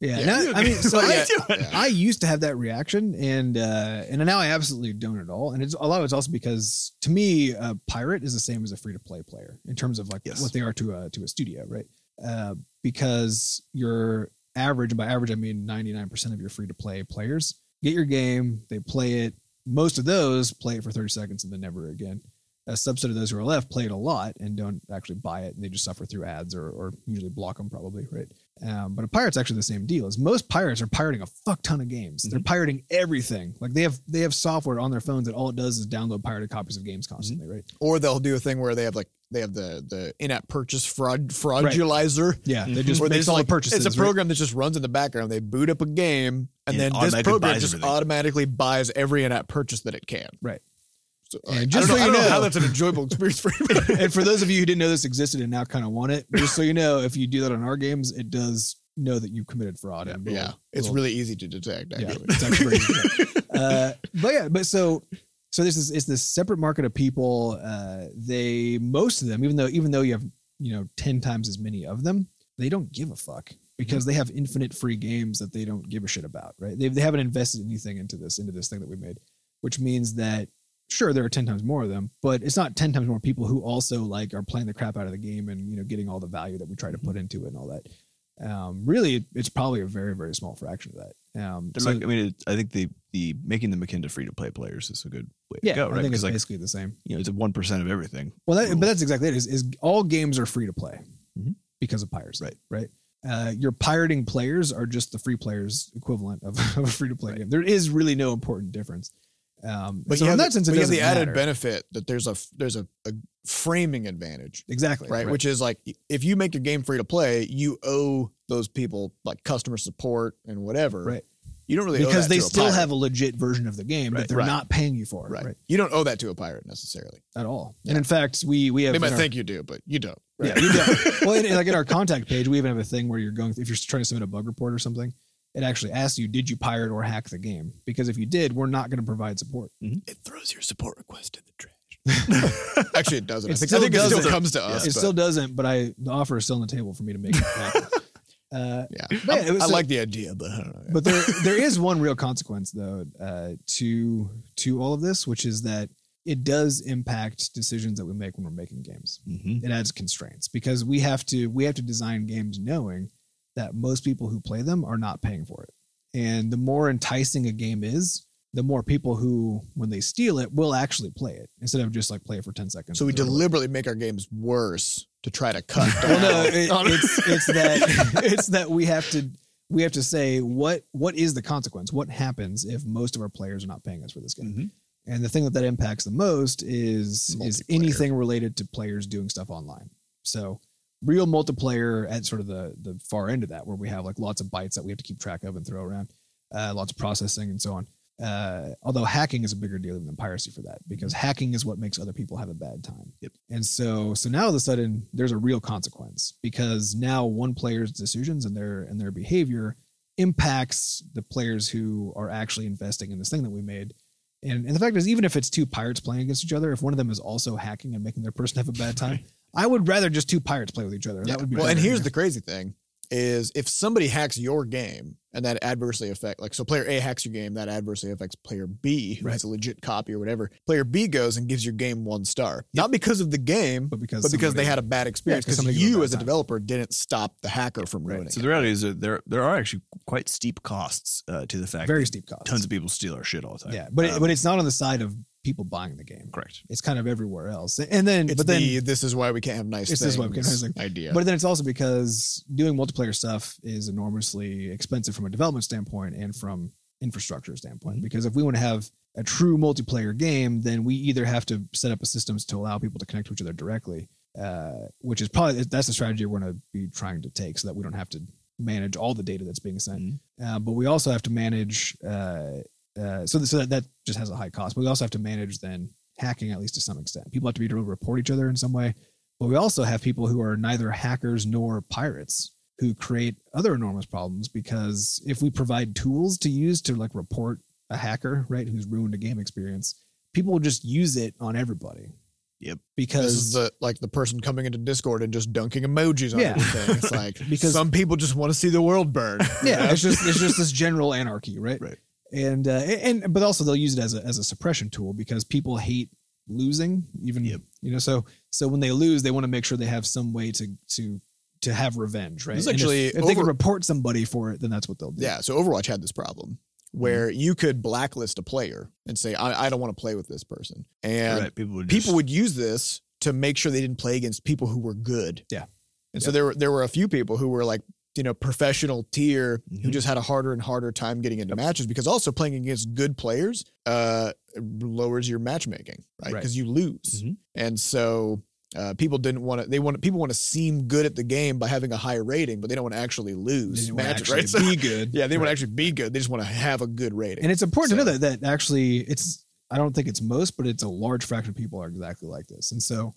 Yeah,
Yeah.
now-
(laughs)
I mean, so
what are
I,
you
(laughs)
doing?
Yeah.
I used to have that reaction, and uh, and now I absolutely don't at all. And it's a lot of it's also because to me, a pirate is the same as a free to play player in terms of like
Yes.
what they are to a to a studio, right? Uh, because your average, and by average I mean ninety nine percent of your free to play players get your game, they play it. Most of those play it for thirty seconds and then never again. A subset of those who are left play it a lot and don't actually buy it, and they just suffer through ads or, or usually block them probably, right? Um, but a pirate's actually the same deal. Is most pirates are pirating a fuck ton of games.
Mm-hmm.
They're pirating everything. Like they have they have software on their phones that all it does is download pirated copies of games constantly, right?
Or they'll do a thing where they have like they have the the in-app purchase fraud fraudulizer.
Yeah, they just
Where Mm-hmm.
makes
just,
all
like,
the purchases.
It's a program that just runs in the background. They boot up a game, and
And
then this
automatically
program
buys
just
everything.
automatically buys every in-app purchase that it can.
Right.
So,
And
like,
just
I don't,
so
know, I
you
don't know
know-
how that's an enjoyable experience
(laughs)
for you.
right? and for those of you who didn't know this existed and now kind of want it, just so you know, if you do that on our games, it does know that you committed fraud. and will-
yeah, it's
will-
really easy to detect.
yeah,
Actually,
it's actually very easy. uh, but yeah, but so so this is it's this separate market of people. Uh, they most of them, even though even though you have you know ten times as many of them, they don't give a fuck because they have infinite free games that they don't give a shit about, right? They they haven't invested anything into this into this thing that we made, which means that sure there are 10 times more of them but it's not 10 times more people who also like are playing the crap out of the game and you know getting all the value that we try to put into it and all that um really it's probably a very very small fraction of that um
They're
so-
like, I mean, it, I think the the making them akin to free to play players is a good way
yeah,
to go,
I
right?
think
Because
it's
like
basically the same.
you know, it's a one percent of everything.
Well, that,
Cool.
but that's exactly it. Is, is all games are free to play
Mm-hmm.
Mhm.
because of piracy,
Right.
Right. Uh, your pirating players are just the free players equivalent of, (laughs) of a free to play game. There is really no important difference. Um,
but
so
you have
in that
the,
sense, it
but you have
doesn't
the added
matter.
benefit that there's a there's a, a framing advantage.
exactly
right? Which is like if you make your game free to play, you owe those people like customer support and whatever.
Right.
You don't really owe
because
that
they
to a
still
pirate.
have a legit version of the game
Right.
that they're
Right.
not paying you for,
right.
right?
You don't owe that to a pirate necessarily.
At all.
Yeah.
And in fact, we we have
They might
in our-
think you do, but you don't.
Yeah, you (laughs) know. well, in, like in our contact page, we even have a thing where you're going if you're trying to submit a bug report or something. It actually asks you, did you pirate or hack the game? Because if you did, we're not going to provide support.
Mm-hmm.
It throws your support request in the trash. Actually, it doesn't.
It
I think, I
still
think it still
doesn't.
comes to us.
it
but-
still doesn't, but I the offer is still on the table for me to make. It back.
(laughs)
uh,
yeah.
but yeah, it was-
I like the idea, but I don't know.
but there there is one real consequence though uh, to to all of this, which is that it does impact decisions that we make when we're making games.
Mm-hmm.
it adds constraints because we have to we have to design games knowing that most people who play them are not paying for it and the more enticing a game is the more people who when they steal it will actually play it instead of just like play it for 10 seconds
so we
and throw it away.
deliberately make our games worse to try to
(laughs)
cut down.
well no it, it's it's that (laughs) it's that we have to we have to say what what is the consequence what happens if most of our players are not paying us for this game
Mhm.
and the thing that that impacts the most is is
Multiplayer.
anything related to players doing stuff online so real multiplayer at sort of the the far end of that where we have like lots of bytes that we have to keep track of and throw around uh, lots of processing and so on uh, although hacking is a bigger deal than piracy for that because hacking is what makes other people have a bad time
Yep.
and so so now all of a sudden there's a real consequence because now one player's decisions and their and their behavior impacts the players who are actually investing in this thing that we made and, and the fact is even if it's two pirates playing against each other if one of them is also hacking and making their person have a bad time i would rather just two pirates play with each other
Yeah.
that would be
well, and
better,
here's
you know?
the crazy thing is if somebody hacks your game and that adversely affect like so player A hacks your game, that adversely affects player B, who
Right.
has a legit copy or whatever. Player B goes and gives your game one star. Not because of the game, but
but because
because, they
somebody-
had a bad experience. Because
'cause somebody gave them a
you
bad
as a
time.
developer didn't stop the hacker from ruining
Right. So
it.
the reality is that there there are actually quite steep costs uh, to the fact
very
that
steep costs
tons of people steal our shit all the time.
yeah but it,
Um,
but it's not on the side of people buying the game
correct.
it's kind of everywhere else and then
It's
but then
the this is why we can't have nice
It's
things
this why we can't have nice things.
idea.
But then it's also because doing multiplayer stuff is enormously expensive from a development standpoint and from infrastructure standpoint.
Mhm.
Because if we want to have a true multiplayer game, then we either have to set up a systems to allow people to connect to each other directly, uh, which is probably that's the strategy we're going to be trying to take so that we don't have to manage all the data that's being sent.
Mhm.
Uh, but we also have to manage, uh, uh, so, so that, that just has a high cost. But we also have to manage then hacking at least to some extent. People have to be able to report each other in some way. But we also have people who are neither hackers nor pirates who create other enormous problems because if we provide tools to use to like report a hacker, right, who's ruined a game experience, people will just use it on everybody.
Yep.
This is
Because
the like the person coming into Discord and just dunking emojis on
Yeah.
everything. It's like
(laughs) Because-
because some people just want to see the world burn.
(laughs) yeah, it's just it's just this general anarchy, right?
Right.
And uh, and but also they'll use it as a as a suppression tool because people hate losing, even
Yep.
you know. So so when they lose, they want to make sure they have some way to to to have revenge, right?
This is
And if-
actually
if, they can
over-
report somebody for it, then that's what they'll do.
Yeah, so Overwatch had this problem where
Mm-hmm.
you could blacklist a player and say, I, I don't want to play with this person. And
right. People would.
people would use this to make sure they didn't play against people who were good.
Yeah.
And so there were there were a few people who were like, you know, professional tier who
Mm-hmm.
Mhm.
just had a harder and harder time getting into matches because also playing against good players uh lowers your matchmaking, right?
Right. Mm-hmm.
Because you lose.
Mhm.
And so uh, people didn't want to. They want people want to seem good at the game by having a high rating, but they don't want to actually
They
lose
didn't wanna
matches,
actually (laughs)
right? So-
be good.
(laughs) yeah, they
Right.
want to actually be good. They just want to have a good rating.
And it's important to know
So-
that that actually it's I don't think it's most, but it's a large fraction of people are exactly like this. And so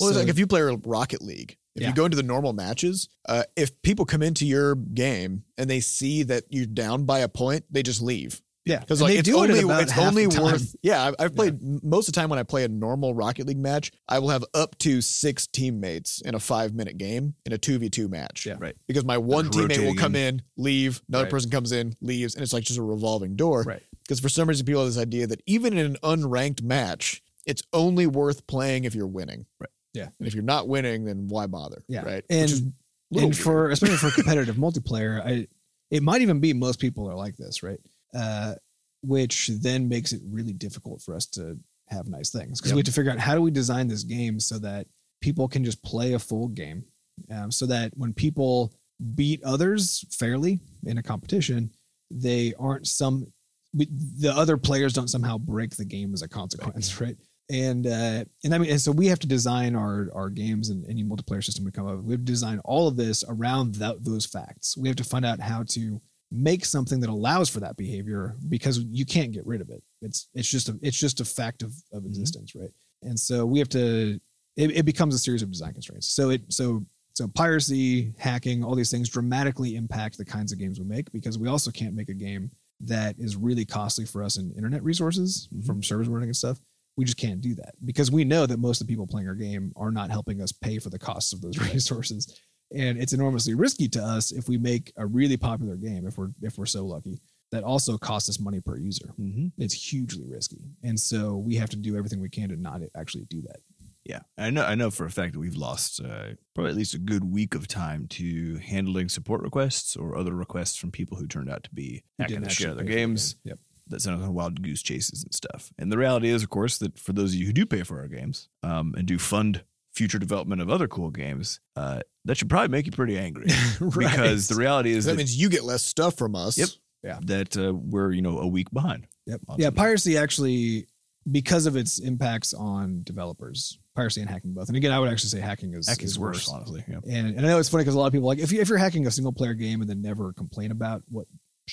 well, it's
so-
like if you play Rocket League, if
Yeah.
you go into the normal matches, uh, if people come into your game and they see that you're down by a point, they just leave.
yeah,
Because
And
like
they
it's
do it at
only
about
it's
half
only
the time.
worth yeah. I've, I've played m- most of the time when I play a normal Rocket League match, I will have up to six teammates in a five minute game in a two v two match.
Yeah.
Right.
Because my one teammate will
rotating
come in, leave, another
Right.
person comes in, leaves, and it's like just a revolving door.
Right.
Because for some reason people have this idea that even in an unranked match, it's only worth playing if you're winning.
Right.
Yeah.
And if you're not winning, then why bother?
Yeah.
Right. Which
And
is a little
and
weird.
for especially for competitive (laughs) multiplayer, I it might even be most people are like this, right? Uh, which then makes it really difficult for us to have nice things because we
Yep.
have to figure out how do we design this game so that people can just play a full game, um, so that when people beat others fairly in a competition, they aren't some we- the other players don't somehow break the game as a consequence, right? And uh, and I mean, and so we have to design our our games and any multiplayer system we come up with. We have to design all of this around that, those facts. We have to find out how to make something that allows for that behavior because you can't get rid of it. It's it's just a it's just a fact of of existence, right? And so we have to. It, it becomes a series of design constraints. So it so so piracy, hacking, all these things dramatically impact the kinds of games we make because we also can't make a game that is really costly for us in internet resources
Mhm.
from servers running and stuff. We just can't do that because we know that most of the people playing our game are not helping us pay for the costs of those resources. And it's enormously risky to us if we make a really popular game, if we're if we're so lucky, that also costs us money per user.
Mm-hmm.
It's hugely risky. And so we have to do everything we can to not actually do that.
Yeah, I know. I know for a fact that we've lost uh, probably at least a good week of time to handling support requests or other requests from people who turned out to be
We
hacking
didn't
the shit out of
actually
their
pay for the
games
game. Yep. (laughs)
that sent us on wild goose chases and stuff. And the reality is, of course, that for those of you who do pay for our games um, and do fund future development of other cool games, uh, that should probably make you pretty
(laughs)
angry because the reality is
that
that,
means you get less stuff from us.
Yep. that uh, we're you know a week behind.
Yep.
on
Yeah,
something.
piracy actually, because of its impacts on developers, piracy and hacking both. And again, I would actually say hacking is,
Heck,
is
it's
worse.
worse, honestly. Yeah.
And, and I know it's funny because a lot of people like if you if you're hacking a single player game and then never complain about what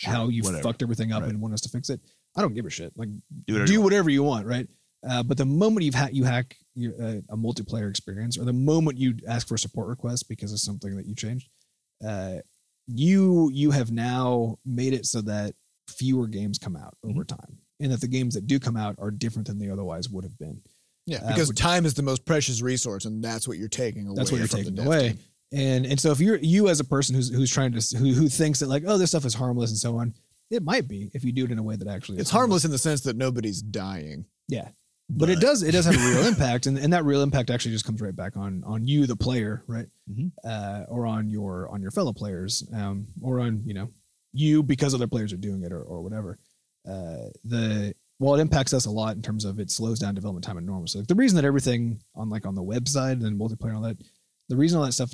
how you
whatever.
fucked everything up
Right.
and want us to fix it, I don't give a shit. Like
Do whatever you
(laughs) do
want.
whatever you want, right? Uh, but the moment you've ha- you hack your, uh, a multiplayer experience, or the moment you ask for a support request because of something that you changed, uh, you you have now made it so that fewer games come out
Mm-hmm.
over time, and that the games that do come out are different than they otherwise would have been.
Yeah.
Uh,
Because
would-
time is the most precious resource, and that's what you're taking away.
That's what you're
from the
taking
dev
away.
team.
And and so if you're you as a person who's who's trying to who who thinks that like oh this stuff is harmless and so on, it might be if you do it in a way that actually
It's harmless in the sense that nobody's dying.
Yeah. But, it
But-
does it does have a real impact and, and that real impact actually just comes right back on on you the player right
Mhm.
uh, or on your on your fellow players um, or on you know you because other players are doing it or, or whatever uh, the well it impacts us a lot in terms of it slows down development time enormously like the reason that everything on like on the website and multiplayer and all that the reason all that stuff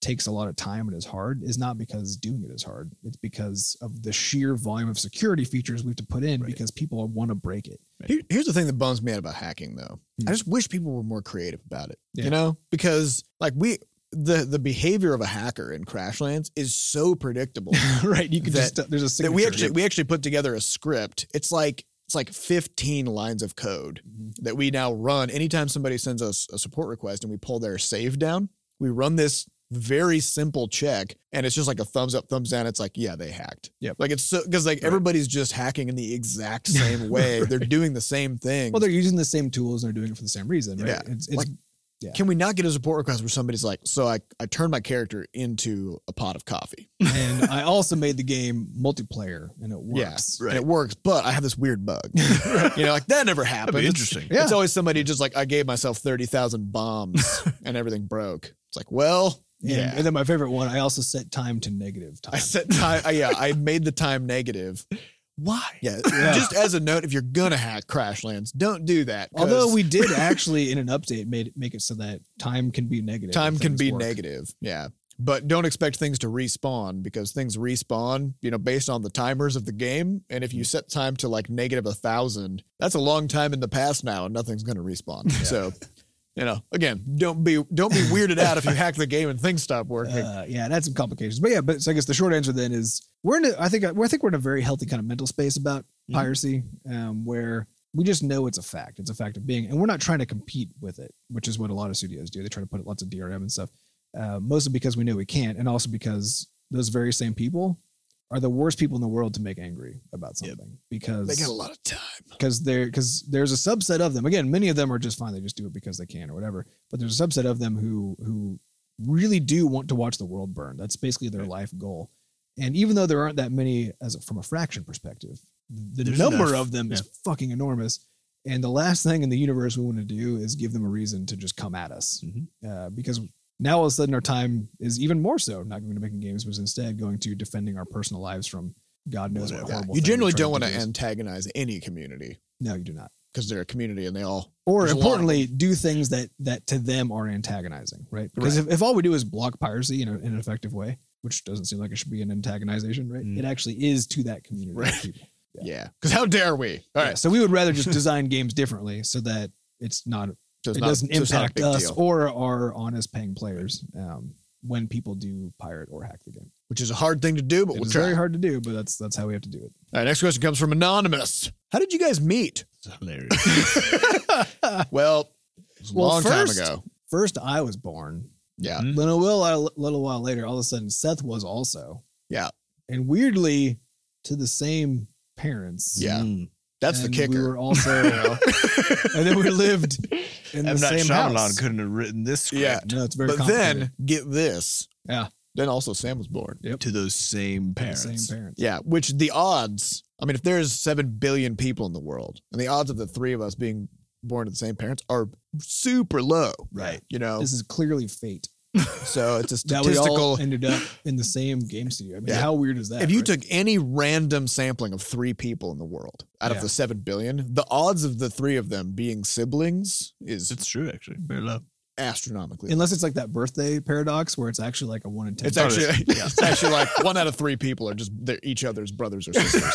takes a lot of time and is hard is not because doing it is hard it's because of the sheer volume of security features we have to put in
Right.
because people want to break it
Here- here's the thing that bums me out about hacking, though.
Hmm.
I just wish people were more creative about it.
Yeah.
You know, because like we, the the behavior of a hacker in Crashlands is so predictable. (laughs)
right. You can
That-
just there's a signature.
that we actually we actually put together a script. It's like it's like 15 lines of code
Mm-hmm.
that we now run anytime somebody sends us a support request and we pull their save down. We run this very simple check and it's just like a thumbs up, thumbs down. It's like, yeah, they hacked.
Yep.
Like it's so, cause like
Right.
everybody's just hacking in the
(laughs)
exact same way. They're doing the same thing.
Well, they're using the same tools and they're doing it for the same reason, right?
Yeah.
It's, it's
Like- Can we not get a support request where somebody's like, so I, I turned my character into a pot of coffee
(laughs) and I also made the game multiplayer and it
Yeah,
works.
and it works, but I have this weird
(laughs)
bug, you know, like that never
That'd
happens.
be
It's-
interesting.
Yeah.
It's always somebody just like, I gave myself 30,000
(laughs)
bombs and everything broke. It's like, well,
And,
yeah.
and then my favorite one, I also set time to negative time.
I set time. I, yeah, I made the time negative.
Why?
Yeah,
Yeah.
Just as a note, if you're gonna hack Crashlands, don't do that. 'cause
Although we did
(laughs)
actually in an update made make it so that time can be negative.
time
if
can
things
be
work.
negative. Yeah. But don't expect things to respawn because things respawn, you know, based on the timers of the game. And if you
Mm-hmm.
set time to like negative a thousand, that's a long time in the past now, and nothing's gonna respawn. So, you know, again, don't be don't be weirded out if you hack the game and things stop working.
Uh, yeah, it had some complications, but yeah. But so I guess the short answer then is we're in. A, I think I think we're in a very healthy kind of mental space about
Mhm.
Mm-hmm.
piracy, um, where we just know it's a fact. It's a fact of being, and we're not trying to compete with it, which is what a lot of studios do. They try to put lots of DRM and stuff, uh, mostly because we know we can't, and also because those very same people are the worst people in the world to make angry about
Yep.
something because
they got a lot of time.
because they're because there's a subset of them again many of them are just fine they just do it because they can or whatever but there's a subset of them who who really do want to watch the world burn that's basically their
Right.
life goal and even though there aren't that many as a, from a fraction perspective the
There's
number
enough.
of them is fucking enormous and the last thing in the universe we want to do is give them a reason to just come at us
Mhm.
uh, because now all of a sudden our time is even more so not going to making games but is instead going to defending our personal lives from god knows what
Yeah.
horrible
You
thing we're
generally
trying
don't want to
do is-
antagonize any community
no you do not
because they're a community and they all
or
There's a lot of
importantly do things that that to them are antagonizing right because
Right.
if, if all we do is block piracy in, a, in an effective way which doesn't seem like it should be an antagonization right
Mm.
it actually is to that community of
Right. (laughs)
people Yeah.
yeah. Because how dare we? All
Yeah,
right,
so we would rather just design games differently so that it's not
so it's
it
not-
doesn't
so it's not a
impact
big
us
deal.
or our honest paying players um, when people do pirate or hack the game
which is a hard thing to do, but we'll
it's
try.
very hard to do but that's that's how we have to do it
All right, next question comes from Anonymous. How did you guys
(laughs)
meet?
It's hilarious.
Well, it was a
Well,
long
first-
time ago.
first i was born
Yeah.
Mhm.
Then a little, a little while later, all of a sudden, Seth was also.
Yeah.
And weirdly, to the same parents.
Yeah.
Mm.
That's the
And
kicker.
We were also,
(laughs)
and then we lived in
M.
the
Night
same house.
Shyamalan couldn't have written this script
Yeah.
No, it's very
but
complicated.
then get this.
Yeah.
Then also Sam was born.
to those same
To the
parents.
same parents.
Yeah. Which the odds, I mean, if there's 7 billion people in the world and the odds of the three of us being born to the same parents are super low.
Right.
You know,
This is clearly fate.
so it's a
That we all
statistical.
ended up in the same game studio. I mean,
Yeah.
how weird is that?
If you
right?
took any random sampling of three people in the world out
Yeah.
of the 7 billion, the odds of the three of them being siblings is
It's true, actually. Very low.
astronomically
Unless it's like that birthday paradox where it's actually like a one in ten.
It's
Oh,
actually, (laughs)
yeah.
it's actually like one out of three people are just they're each other's brothers or sisters.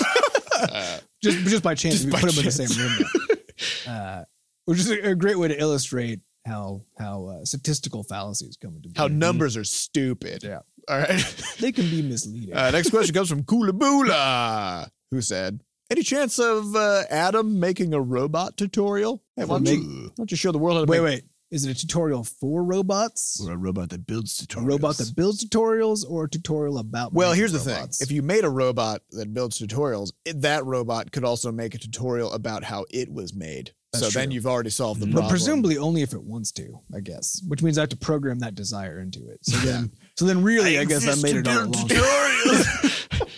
Uh,
just just by chance
Just
we
by
put them in the
chance.
same room
(laughs)
now. uh, which is a, a great way to illustrate how how uh, statistical fallacies come into
how
play.
numbers are stupid.
Mm-hmm. Yeah.
All right.
they can be misleading.
Uh, next question comes from Kulabula, who said, "Any chance of uh, Adam making a robot tutorial? Hey, why, don't you,
Ooh.
why don't you show the world how to
wait,
make
wait, is it a tutorial for robots?
Or a robot that builds tutorials.
A robot that builds tutorials, or a tutorial about?
Well,
making
here's the
robots?
thing: if you made a robot that builds tutorials, it, that robot could also make a tutorial about how it was made.
That's
so then
true.
you've already solved the
But
problem.
but presumably only if it wants to, I guess. Which means I have to program that desire into it. So
(laughs)
then, so then, really, I, guess I
exist
made
to
it all
build
along.
tutorials.
(laughs)
(laughs)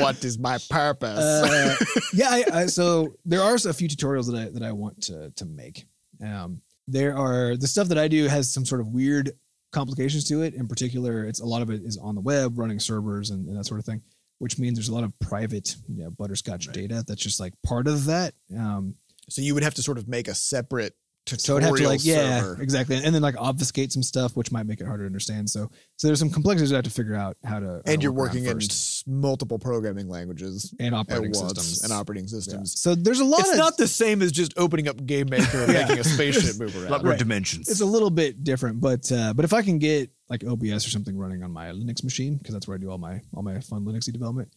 what is my purpose?
Uh,
(laughs)
yeah, I, I, so there are a few tutorials that I that I want to to make. Um, there are the stuff that I do has some sort of weird complications to it. In particular, it's a lot of it is on the web, running servers and, and that sort of thing, which means there's a lot of private, you know, butterscotch
Right.
data that's just like part of that. Um,
So you would have to sort of make a separate
so
tutorial
I'd have to like, yeah,
server.
exactly, and then like obfuscate some stuff, which might make it harder to understand. So, so there's some complexities I have to figure out how to. how to
And you're
work
working
around
in
first.
s- multiple programming languages
and
at
operating
once
systems
and operating
Yeah.
systems.
So there's a lot.
It's
of,
not the same as just opening up
(laughs)
Game Maker and
Yeah.
making a
(laughs)
spaceship move
A lot
around.
more
Right.
dimensions.
it's a little bit different, but uh, but if I can get like OBS or something running on my Linux machine, because that's where I do all my all my fun Linuxy development,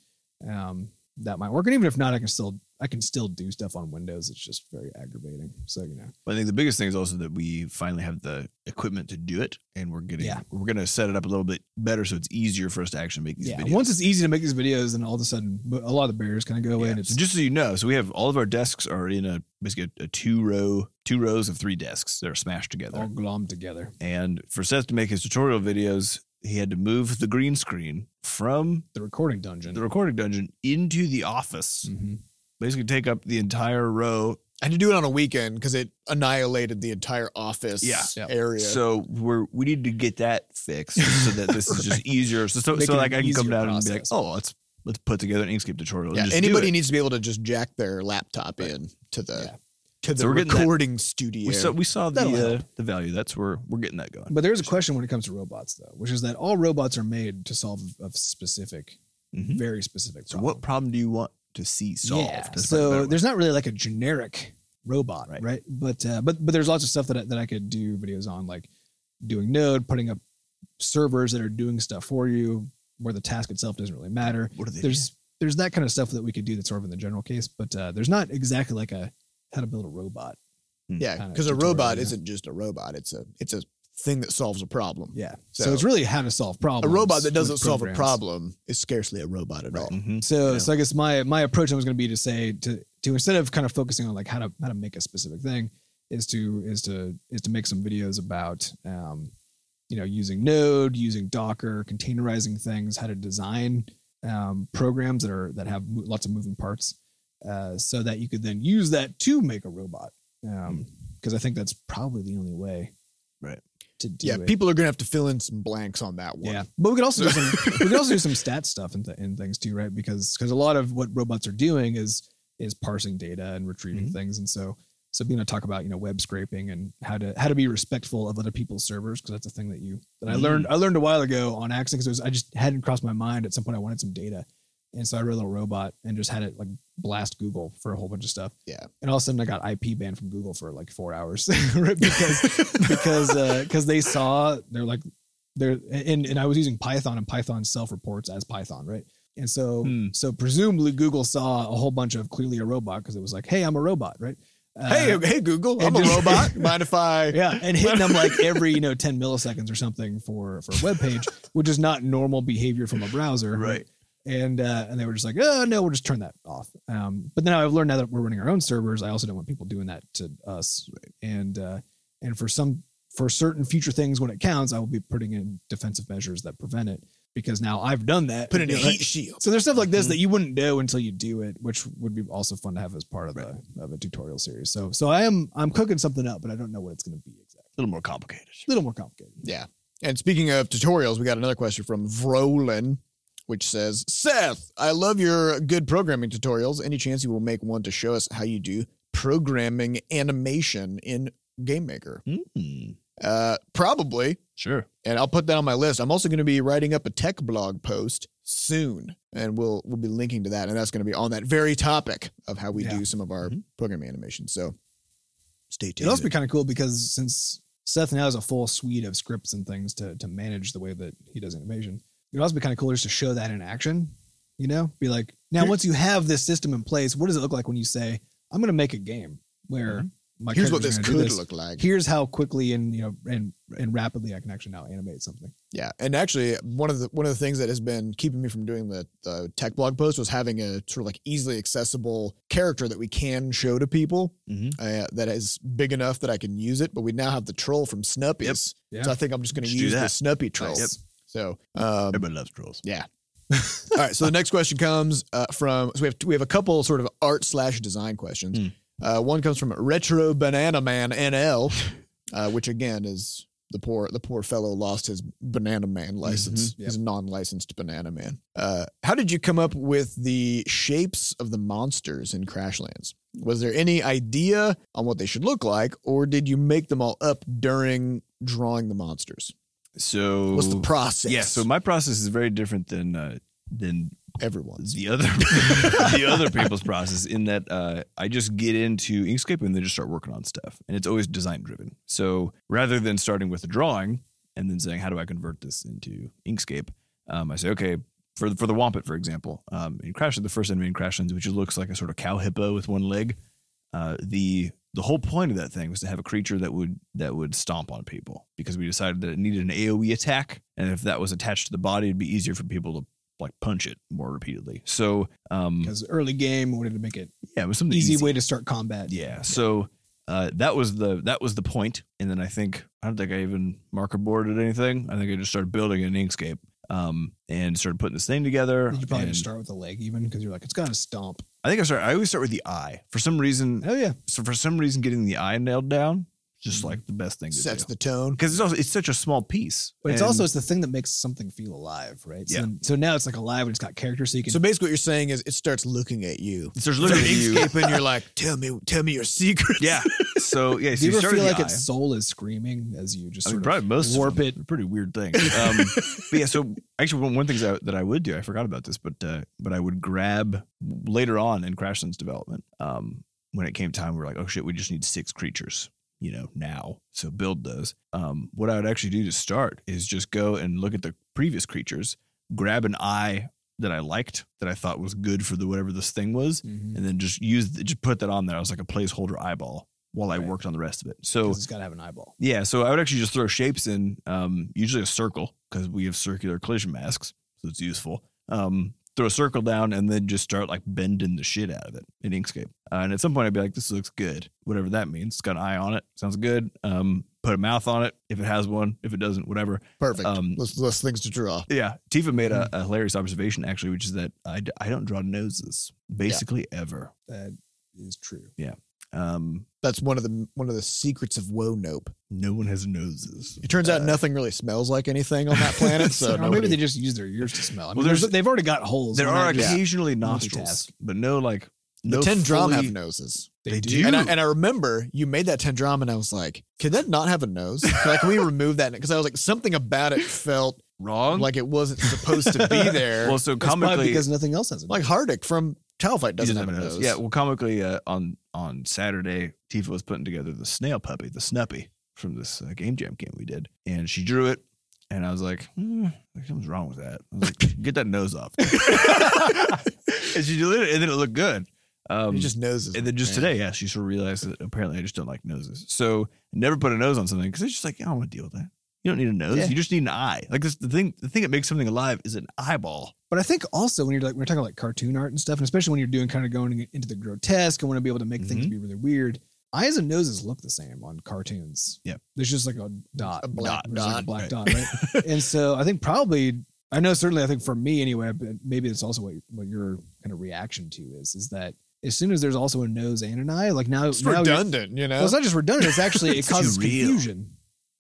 um, that might work. And even if not, I can still I can still do stuff on Windows. It's just very aggravating. So you know,
But I think the biggest thing is also that we finally have the equipment to do it, and we're getting
Yeah.
we're going to set it up a little bit better so it's easier for us to actually make these
yeah.
videos.
Once it's easy to make these videos, then all of a sudden mo- a lot of the barriers kind of go away,
Yeah.
and it's
so just so you know, so we have all of our desks are in a basically a, a two row two rows of three desks that are smashed together.
all glommed together.
And for Seth to make his tutorial videos, he had to move the green screen from
The recording dungeon.
the recording dungeon into the office,
Mhm.
basically take up the entire row.
I had to do it on a weekend because it annihilated the entire office
Yeah.
Yeah.
area.
So we're we need to get that fixed so that this is just easier. So so,
Make
so
it
like
an
I can come
easier
down and
process.
be like, oh, let's let's put together an Inkscape tutorial. and
yeah,
just do
anybody
it.
needs to be able to just jack their laptop in to the
Yeah.
to the
So we're getting that-
recording studio.
We saw we saw
That'll
the uh, the value. That's where we're getting that going.
But there's a question when it comes to robots, though, which is that all robots are made to solve a specific,
Mhm.
very specific
So
problem.
what problem do you want to see solved?
Yeah.
That's probably a better
So
way.
there's not really like a generic robot, right?
Right.
But uh, but but there's lots of stuff that I, that I could do videos on, like doing Node, putting up servers that are doing stuff for you, where the task itself doesn't really matter.
what are they?
There's there's that kind of stuff that we could do that's sort of in the general case, but uh, there's not exactly like a how to build a robot.
yeah,
kinda
because a
tutorial,
robot
yeah.
isn't just a robot; it's a it's a thing that solves a problem.
Yeah. So,
So-
it's really how to solve
A
problems.
robot that doesn't
with
solve a
programs.
problem is scarcely a robot at all.
Mhm.
So,
Yeah.
so I guess my my approach was going to be to say to to instead of kind of focusing on like how to how to make a specific thing, is to is to is to make some videos about um, you know using Node, using Docker, containerizing things, how to design um, programs that are that have mo- lots of moving parts, uh, so that you could then use that to make a robot. Because I think that's probably the only way,
Mm-hmm. Right.
To do
Yeah,
it.
people are gonna have to fill in some blanks on that one.
Yeah, but we could also do some,
(laughs)
we could also do some stat stuff and, th- and things too, right? Because because a lot of what robots are doing is is parsing data and retrieving
Mm-hmm.
Mhm.
things, and so so being to talk about you know web scraping and how to how to be respectful of other people's servers because that's a thing that you that I
Mm-hmm.
Mm.
learned I learned a while ago on accident because I just hadn't crossed my mind at some point I wanted some data, and so I wrote a little robot and just had it like blast Google for a whole bunch of stuff.
Yeah.
and all of a sudden I got IP banned from Google for like four hours (laughs) right? because because because they saw they're like they're and, and I was using Python and Python self reports as Python, right? And so
Hmm.
so presumably Google saw a whole bunch of clearly a robot because it was like, hey, I'm a robot, right? Uh,
Hey, hey, Google, I'm
and
a
just- (laughs)
robot. Mind if I?
yeah, and hitting them like every you know ten milliseconds or something for for a web page, which is not normal behavior from a browser,
Right.
And uh, and they were just like, oh no, we'll just turn that off. Um, but now I've learned now that we're running our own servers, I also don't want people doing that to us. And uh, and for some for certain future things when it counts, I will be putting in defensive measures that prevent it because now I've done that.
Put in a
You know, (laughs)
heat shield.
so there's stuff like this
Mhm.
Mm-hmm.
that you wouldn't know until you do it, which would be also fun to have as part of the of a tutorial series. So so I am I'm cooking something up, but I don't know what it's going to be exactly.
a little more complicated.
A little more complicated.
Yeah. And speaking of tutorials, we got another question from Vrolin, which says, Seth, I love your good programming tutorials. Any chance you will make one to show us how you do programming animation in Game Maker?
Mm,
Uh, probably.
sure.
And I'll put that on my list. I'm also going to be writing up a tech blog post soon, and we'll we'll be linking to that, and that's going to be on that very topic of how we
Yeah.
do some of our
Mhm.
programming animations. So stay tuned.
It'd also be kind of cool because since Seth now has a full suite of scripts and things to to manage the way that he does animation, it'd also be kind of cool just to show that in action. You know, be like, now
Here-
once you have this system in place, what does it look like when you say, "I'm going to make a game where my
Mm-hmm. Here's what
character's
this
gonna do
could look like.
Here's how quickly and you know and and rapidly I can actually now animate something."
Yeah, and actually, one of the one of the things that has been keeping me from doing the, the tech blog post was having a sort of like easily accessible character that we can show to people
Mhm.
uh, that is big enough that I can use it. But we now have the troll from Snuppies,
Yep.
so I think I'm just going to
Just do
use the
that.
Snuppy troll.
Nice. Yep.
So, um,
Everybody loves trolls.
all right. So the next question comes uh, from so we have we have a couple sort of art slash design questions.
Hmm.
Uh, one comes from Retro Banana Man NL, uh, which again is the poor the poor fellow lost his Banana Man license.
Mm-hmm,
Mhm, yep.
He's a non licensed Banana Man. Uh, how did you come up with the shapes of the monsters in Crashlands? Was there any idea on what they should look like, or did you make them all up during drawing the monsters?
So
What's the process?
Yeah. So my process is very different than uh, than
everyone's.
the other (laughs) the other people's process in that uh, I just get into Inkscape and then just start working on stuff, and it's always design driven. So rather than starting with a drawing and then saying how do I convert this into Inkscape, um, I say okay, for the, for the Wampet, for example, um, in Crash, the first enemy in Crashlands, which looks like a sort of cow hippo with one leg, uh, the the whole point of that thing was to have a creature that would that would stomp on people because we decided that it needed an AOE attack, and if that was attached to the body, it'd be easier for people to like punch it more repeatedly. So um,
Because early game we wanted to make it
yeah, it was something
easy,
easy.
way to start combat.
Yeah. So uh, that was the that was the point. And then I think I don't think I even marker boarded anything. I think I just started building an Inkscape um, and started putting this thing together.
You could probably just
And
start with the leg even because you're like, it's got to stomp.
I think I start. I always start with the eye. For some reason,
Oh yeah.
so for some reason, getting the eye nailed down is just
Mhm.
like the best thing to
Sets
do.
the tone.
Because it's also it's such a small piece.
But it's
And-
also it's the thing that makes something feel alive, right? So,
Yeah.
then- so now it's like alive and it's got character, so you can.
So basically, what you're saying is it starts looking at you.
it
(laughs)
starts looking at you.
Inkscape, and you're like, tell me, tell me your secrets.
Yeah. So yeah. So
do you
you
ever
start
feel
with
like
the eye.
its soul is screaming as you just
I
sort
mean,
of
probably most of
warp
them.
it?
They're Pretty weird thing.
(laughs)
Um, but yeah, so actually, one, one thing that I, that I would do, I forgot about this, but uh, but I would grab later on in Crashlands development um, when it came time. We were like, oh shit, we just need six creatures, you know, now. So build those. Um, what I would actually do to start is just go and look at the previous creatures, grab an eye that I liked, that I thought was good for the whatever this thing was,
Mhm.
and then just use just put that on there. I was like a placeholder eyeball while I
Right.
worked on the rest of it. So
'Cause it's got to have an eyeball.
yeah, so I would actually just throw shapes in, um, usually a circle because we have circular collision masks, so it's useful. Um, throw a circle down and then just start like bending the shit out of it in Inkscape. Uh, and at some point, I'd be like, "This looks good," whatever that means. It's got an eye on it, sounds good. Um, put a mouth on it if it has one. If it doesn't, whatever.
Perfect.
Um,
less, less things to draw.
Yeah, Tifa made
Mm.
a, a hilarious observation actually, which is that I, d- I don't draw noses basically ever.
That is true.
Um,
That's one of the one of the secrets of Woe Nope.
no one has noses.
It turns out
Uh,
nothing really smells like anything on that planet. (laughs) So
or
nobody-
maybe they just use their ears to smell. I mean,
Well,
there's,
there's-
they've already got holes.
There
Why
are
not just-
occasionally nostrils,
multitask.
but no like
the
no
Tendrom
fully-
have noses.
They
do.
And I, and I remember you made that Tendrom, and I was like, "Can that not have a nose? Like, can we remove that?" Because I was like, something about it felt
wrong.
like it wasn't supposed to
(laughs)
(laughs) be there.
well, so
That's probably
comically,
because nothing else has. a
like Hardik from Childfight
he
doesn't, have a nose.
Yeah, well, comically uh, on on Saturday, Tifa was putting together the snail puppy, the Snuppy, from this uh, game jam game we did, and she drew it, and I was like, hmm, something's wrong with that. I was like, (laughs) get that
(laughs)
nose off, and she deleted it, and then it looked good. Um,
It's just noses.
and then just
man.
today, yeah, she sort of realized that apparently I just don't like noses. So I never put a nose on something because it's just like I don't want to deal with that. You don't need a nose.
Yeah.
You just need an eye. Like this, the thing, the thing that makes something alive is an eyeball.
But I think also when you're like we're talking like cartoon art and stuff, and especially when you're doing kind of going into the grotesque and want to be able to make things
Mm-hmm.
Mhm.
be really weird, eyes and noses look the same on cartoons.
Yeah.
there's just like a dot,
A black
there's like
dot,
a black
right.
dot,
(laughs)
right? and so I think probably I know certainly I think for me anyway, but maybe it's also what what your kind of reaction to is is that as soon as there's also a nose and an eye, like now
It's
now you're-
redundant, you know.
Well, it's not just
(laughs)
redundant; it's actually it
It's
causes
too real.
confusion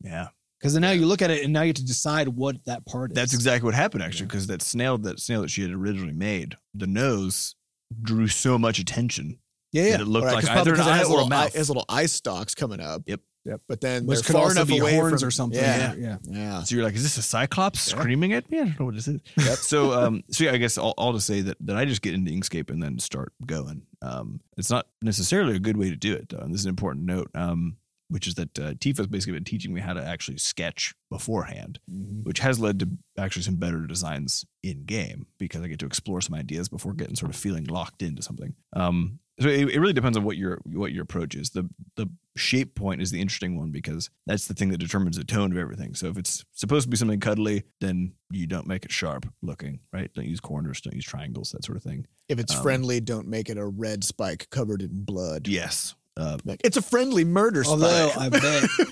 Yeah,
because then now you look at it and now you have to decide what that part is.
that's exactly what happened actually.
Yeah.
Because that snail, that snail that she had originally made, the nose drew so much attention
yeah, yeah.
that it looked
Right, 'cause
like
probably
either an
'cause it
eye
has
or a
little eye,
mouth.
it has little eye stalks coming up.
Yep.
Yep.
But then
Which
they're
could
far
also
enough
be
away
horns
from,
or something.
Yeah,
yeah.
yeah.
So you're like, is this a cyclops
Yeah.
screaming at me? I don't know what this is.
Yep.
So, um, so yeah, I guess all, all to say that that I just get into Inkscape and then start going. Um, it's not necessarily a good way to do it. Though. And this is an important note, um, which is that uh, Tifa's basically been teaching me how to actually sketch beforehand,
Mhm.
which has led to actually some better designs in game because I get to explore some ideas before getting sort of feeling locked into something. Um, so it, it really depends on what your what your approach is. The the shape point is the interesting one because that's the thing that determines the tone of everything. So if it's supposed to be something cuddly, then you don't make it sharp looking, right? Don't use corners, don't use triangles, that sort of thing.
If it's
Um,
friendly, don't make it a red spike covered in blood.
Yes. Uh,
Like, it's a friendly murder
Although
(laughs)
(laughs) spike.
I bet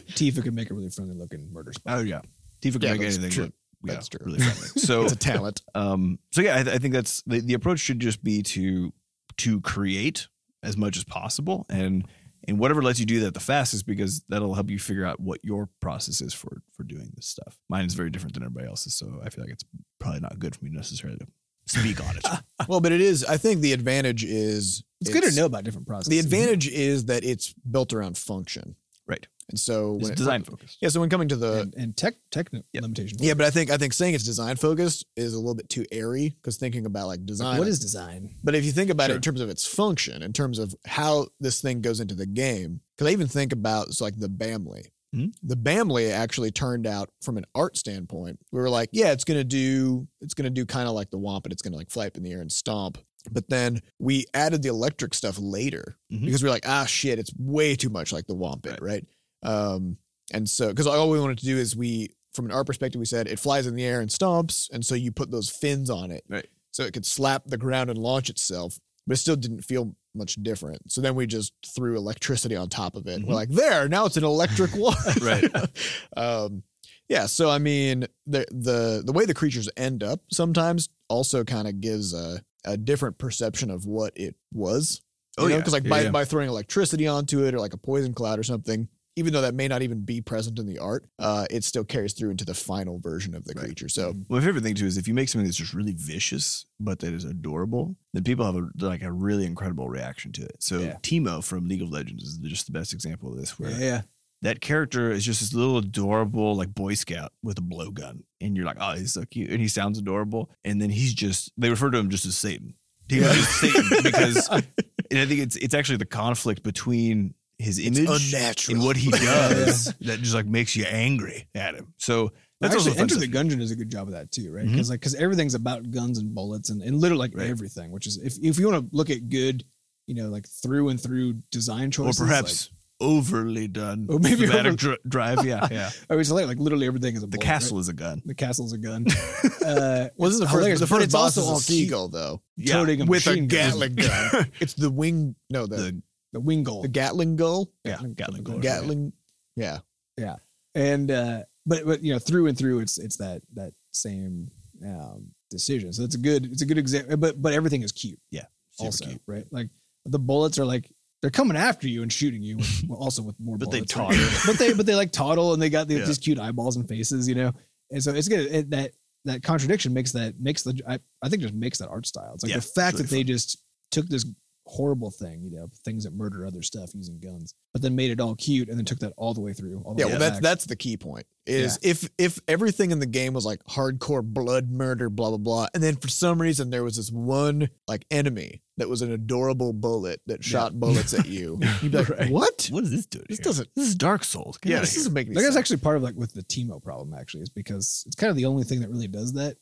Tifa could make a really friendly looking murder spot.
oh yeah, Tifa can
Yeah,
make
that's
anything
true.
look yeah,
That's true.
really friendly.
(laughs)
So
it's a talent.
um so yeah i, th- I think that's the, the approach should just be to to create as much as possible and and whatever lets you do that the fastest because that'll help you figure out what your process is for for doing this stuff mine is very different than everybody else's so i feel like it's probably not good for me necessarily to speak on it
well, but it is. I think the advantage is
It's, good to know about different processes.
The advantage is that it's built around function,
Right.
And so
it's
when it-
design focused
yeah, so when coming to the
and, and tech tech limitations.
Uh, yeah, but I think I think saying it's design focused is a little bit too airy because thinking about like design.
what is design?
But if you think about it
Sure.
in terms of its function, in terms of how this thing goes into the game, because I even think about it's like the Bamley.
Hmm.
The Bamley actually turned out from an art standpoint. We were like, yeah, it's gonna do, it's gonna do kind of like the Wampum. It's gonna like fly up in the air and stomp. But then we added the electric stuff later
Mhm.
because we are like, ah, shit, it's way too much like the Wampum, right? Um, and so because all we wanted to do is we, from an art perspective, we said it flies in the air and stomps, and so you put those fins on it,
Right.
So it could slap the ground and launch itself, but it still didn't feel much different. So then we just threw electricity on top of it.
Mhm.
We're like, there, now it's an electric (laughs) wall.
Right.
um, yeah. So I mean, the the the way the creatures end up sometimes also kind of gives a a different perception of what it was.
Oh, yeah.
Because like
Yeah,
by
yeah.
by throwing electricity onto it or like a poison cloud or something. Even though that may not even be present in the art, uh, it still carries through into the final version of the
Right.
creature. So
My favorite thing too is if you make something that's just really vicious but that is adorable, then people have a, like a really incredible reaction to it. So
Yeah.
Teemo from League of Legends is just the best example of this, where
Mm, Yeah, yeah.
that character is just this little adorable like Boy Scout with a blowgun, and you're like, oh, he's so cute, and he sounds adorable, and then he's just they refer to him just as Satan. He was just
(laughs)
Satan because and I think it's it's actually the conflict between his image
unnatural.
and what he
(laughs)
does that just like makes you angry at him. So that's also
Actually,
fun
Enter
stuff.
the Gungeon does a good job of that too, right?
Mm-hmm.
Mhm.
Because like, because everything's about guns and bullets and, and literally like
Right.
everything, which is if, if you want to look at good, you know, like through and through design
or
choices,
perhaps overly done.
Or maybe
Thematic
over-
dri-
(laughs)
drive. Yeah, yeah.
like, I mean, it's like, like literally everything is a
The
bullet, right?
castle is a gun.
The castle's
(laughs)
a gun. uh,
Wasn't the first,
hilarious,
the
but
first
it's
boss
also
is a
all cute.
seagull though.
Yeah,
toting a
with a
machine gun. (laughs)
Gatling gun. it's the wing. No, the Oh,
The
the wing goal.
the Gatling gull.
yeah, Gatling gun.
Gatling. Yeah.
and uh but but you know through and through it's it's that that same um decision so it's a good it's a good example but but everything is cute
Super
also
cute.
right like the bullets are like they're coming after you and shooting you
(laughs)
with, well, also with more
But they
bullets, right? but they but they like toddle and they got the,
Yeah.
these cute eyeballs and faces you know and so it's good it, that that contradiction makes that makes the I, I think just makes that art style it's like
Yeah,
the
it's
fact
really
that they just took this horrible thing you know things that murder other stuff using guns but then made it all cute and then took that all the way through all the
Yeah.
way
Well, that's
back.
that's the key point. Is if if everything in the game was like hardcore blood murder, blah blah blah, and then for some reason there was this one like enemy that was an adorable bullet that shot bullets (laughs) at you. You'd be like,
Right.
what?
What is this dude?
This doesn't.
This is Dark Souls. Get
Yeah,
outta
this
here.
doesn't make any
Like that's
sense.
actually part of like with the Teemo problem actually is because it's kind of the only thing that really does that,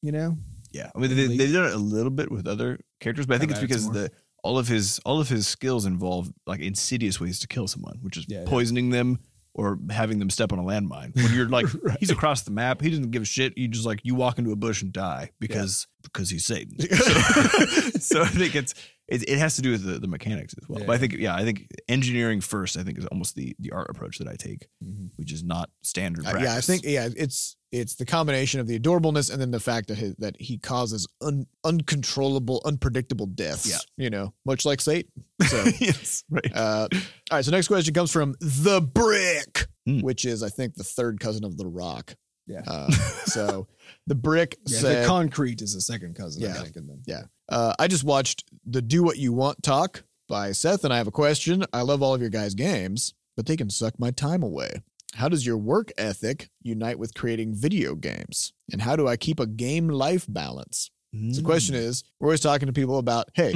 you
(laughs)
know.
Yeah, I mean they,
League.
they've done it a little bit with other characters, but I think
I've
it's
added
because
some more.
the all of his all of his skills involve like insidious ways to kill someone, which is
Yeah, yeah.
poisoning them or having them step on a landmine. When
(laughs)
you're like he's across the map, he doesn't give a shit. You just like you walk into a bush and die because because he's Satan. So, (laughs) so I think it's it, it has to do with the, the mechanics as well.
Yeah,
But I think yeah, I think engineering first. I think is almost the the art approach that I take,
Mm-hmm.
which is not standard.
Uh,
Practice.
yeah, I think yeah, it's it's the combination of the adorableness and then the fact that his, that he causes un, uncontrollable, unpredictable deaths.
Yeah.
you know, much like Satan. So,
(laughs)
(laughs)
yes, right.
uh, all right. So next question comes from the Brick,
Hmm.
which is I think the third cousin of the Rock.
Yeah.
Uh,
(laughs)
so the Brick
Yeah, the
said,
concrete is a second cousin, I
Yeah. (laughs)
think, and then
uh, "I just watched the Do What You Want talk by Seth, and I have a question. I love all of your guys' games, but they can suck my time away." How does your work ethic unite with creating video games? And how do I keep a game life balance? Uh, So the question is, we're always talking to people about, hey,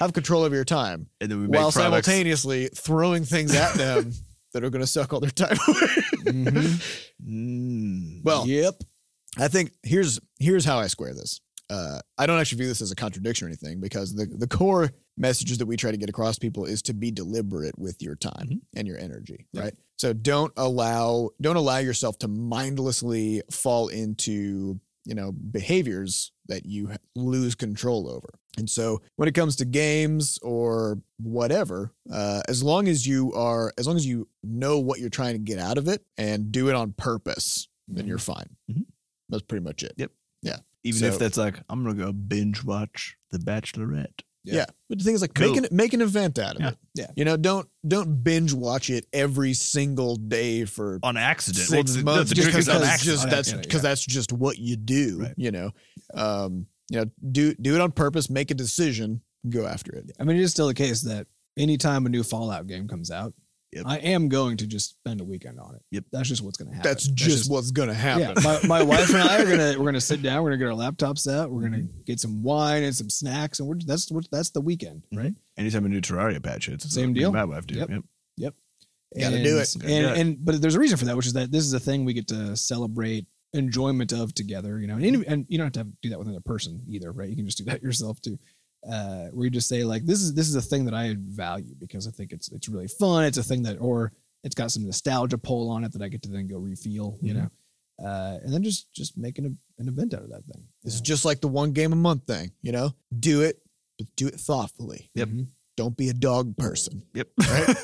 have control over your time
and then we make
while
products.
simultaneously throwing things at (laughs) them that are going to suck all their time away.
Mm.
well,
yep,
I think here's here's how I square this. Uh, I don't actually view this as a contradiction or anything because the the core messages that we try to get across to people is to be deliberate with your time
Mhm.
and your energy,
Yeah.
right? So don't allow don't allow yourself to mindlessly fall into you know behaviors that you ha- lose control over. And so when it comes to games or whatever, uh, as long as you are as long as you know what you're trying to get out of it and do it on purpose, then you're fine.
Mhm.
That's pretty much it.
Yeah. Even
So-
if that's like, I'm gonna go binge watch The Bachelorette.
Yeah.
Yeah.
But the thing is like
Cool.
make an make an event out of
Yeah.
it.
Yeah.
You know, don't don't binge watch it every single day for
On accident.
six
Well, the-
months
the
just
trick
because
is on
that's
accident. Oh,
just
on
that's
accident,
because that's just what you do.
Right.
You know. Um, you know, do do it on purpose, make a decision, go after it.
I mean, it is still the case that anytime a new Fallout game comes out,
Yep.
I am going to just spend a weekend on it.
Yep.
that's just what's going to happen.
That's just, what's gonna happen.
yeah. My, my wife and I
(laughs)
are gonna we're gonna sit down. We're gonna get our laptops out. We're gonna
Mm-hmm.
get some wine and some snacks, and we're
Mm-hmm.
that's what that's the weekend, right?
Anytime a new Terraria patch hits, it's
Same
(laughs)
like, (laughs)
deal.
My wife, dude.
Yep.
Yep.
Gotta
and,
do it.
Gotta
And,
do it.
and but there's a reason for that, which is that this is a thing we get to celebrate enjoyment of together. You know, and, any- and you don't have to have- do that with another person either, right? You can just do (laughs) that yourself too. Uh, where you just say like, this is this is a thing that I value because I think it's it's really fun. It's a thing that or it's got some nostalgia pull on it that I get to then go refeel. You
Mm-hmm.
know, uh, and then just just making an, an event out of that thing.
This is just like the one game a month thing, you know? Do it, but do it thoughtfully.
Yep.
Mhm.
Don't be a dog person.
Yep.
Right?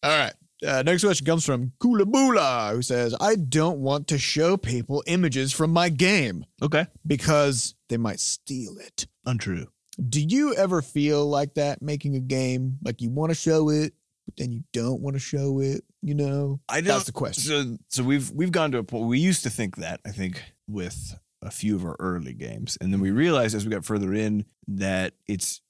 All right. Uh, next question comes from Kulabula, who says, I don't want to show people images from my game
Okay.
because they might steal it.
Untrue.
Do you ever feel like that making a game? Like you want to show it, but then you don't want to show it, you know?
I
That's the question.
So, so we've we've gone to a point. We used to think that I think with a few of our early games, and then we realized as we got further in that it's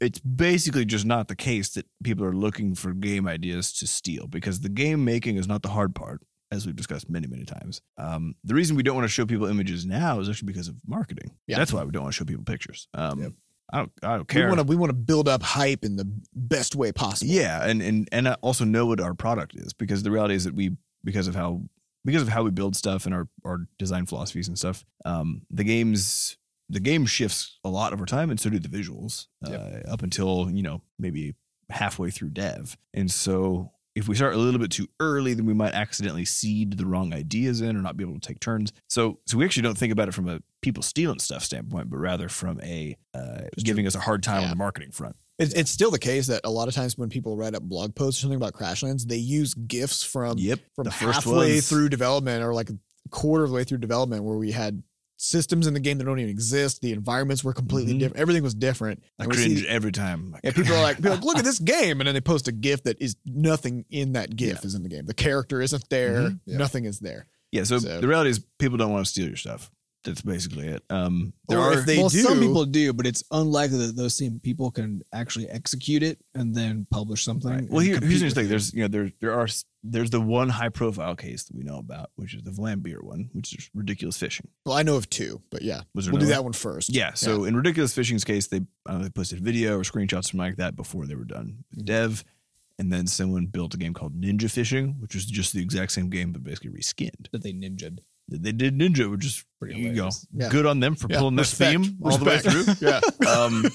it's basically just not the case that people are looking for game ideas to steal because the game making is not the hard part, as we've discussed many many times. Um, the reason we don't want to show people images now is actually because of marketing.
Yeah.
that's why we don't want to show people pictures. Um,
Yep.
I don't I don't
We
care.
want to we want to build up hype in the best way possible.
Yeah, and and and I also know what our product is because the reality is that we because of how because of how we build stuff and our our design philosophies and stuff. Um, the games the game shifts a lot over time, and so do the visuals uh, up until you know maybe halfway through dev, and so. If we start a little bit too early, then we might accidentally seed the wrong ideas in, or not be able to take turns. So, so we actually don't think about it from a people stealing stuff standpoint, but rather from a uh, giving us a hard time
Yeah.
on the marketing front.
It's, it's still the case that a lot of times when people write up blog posts or something about Crashlands, they use GIFs from
Yep,
from
the first
halfway
ones.
through development or like a quarter of the way through development where we had systems in the game that don't even exist. The environments were completely
Mhm.
different. Everything was different.
I
And we see-
cringe every time.
yeah, people
(laughs)
are like, people are like, look at this game. And then they post a GIF that is nothing in that GIF is in the game. The character isn't there.
Mhm.
Yeah. Nothing is there.
Yeah, so,
So-
the reality is people don't want to steal your stuff. That's basically it. Um, there
Or
are
if they
well, some
do-
people do, but it's unlikely that those same people can actually execute it and then publish something.
Right. Well,
and
here,
compete
here's the
with
thing.
it.
There's you know there there are s- there's the one high profile case that we know about, which is the Vlambeer one, which is ridiculous fishing.
Well, I know of two, but yeah,
Was there
we'll do
another
that one first.
Yeah. So in ridiculous fishing's case, they I don't know, they posted video or screenshots something like that before they were done
Mm-hmm.
with dev, and then someone built a game called Ninja Fishing, which was just the exact same game but basically reskinned.
that they ninjaed.
They did Ninja, which is
Pretty
there you go.
hilarious.
Yeah.
Good on them for
Yeah,
pulling that
respect,
theme all the way
respect.
through.
(laughs) yeah.
um,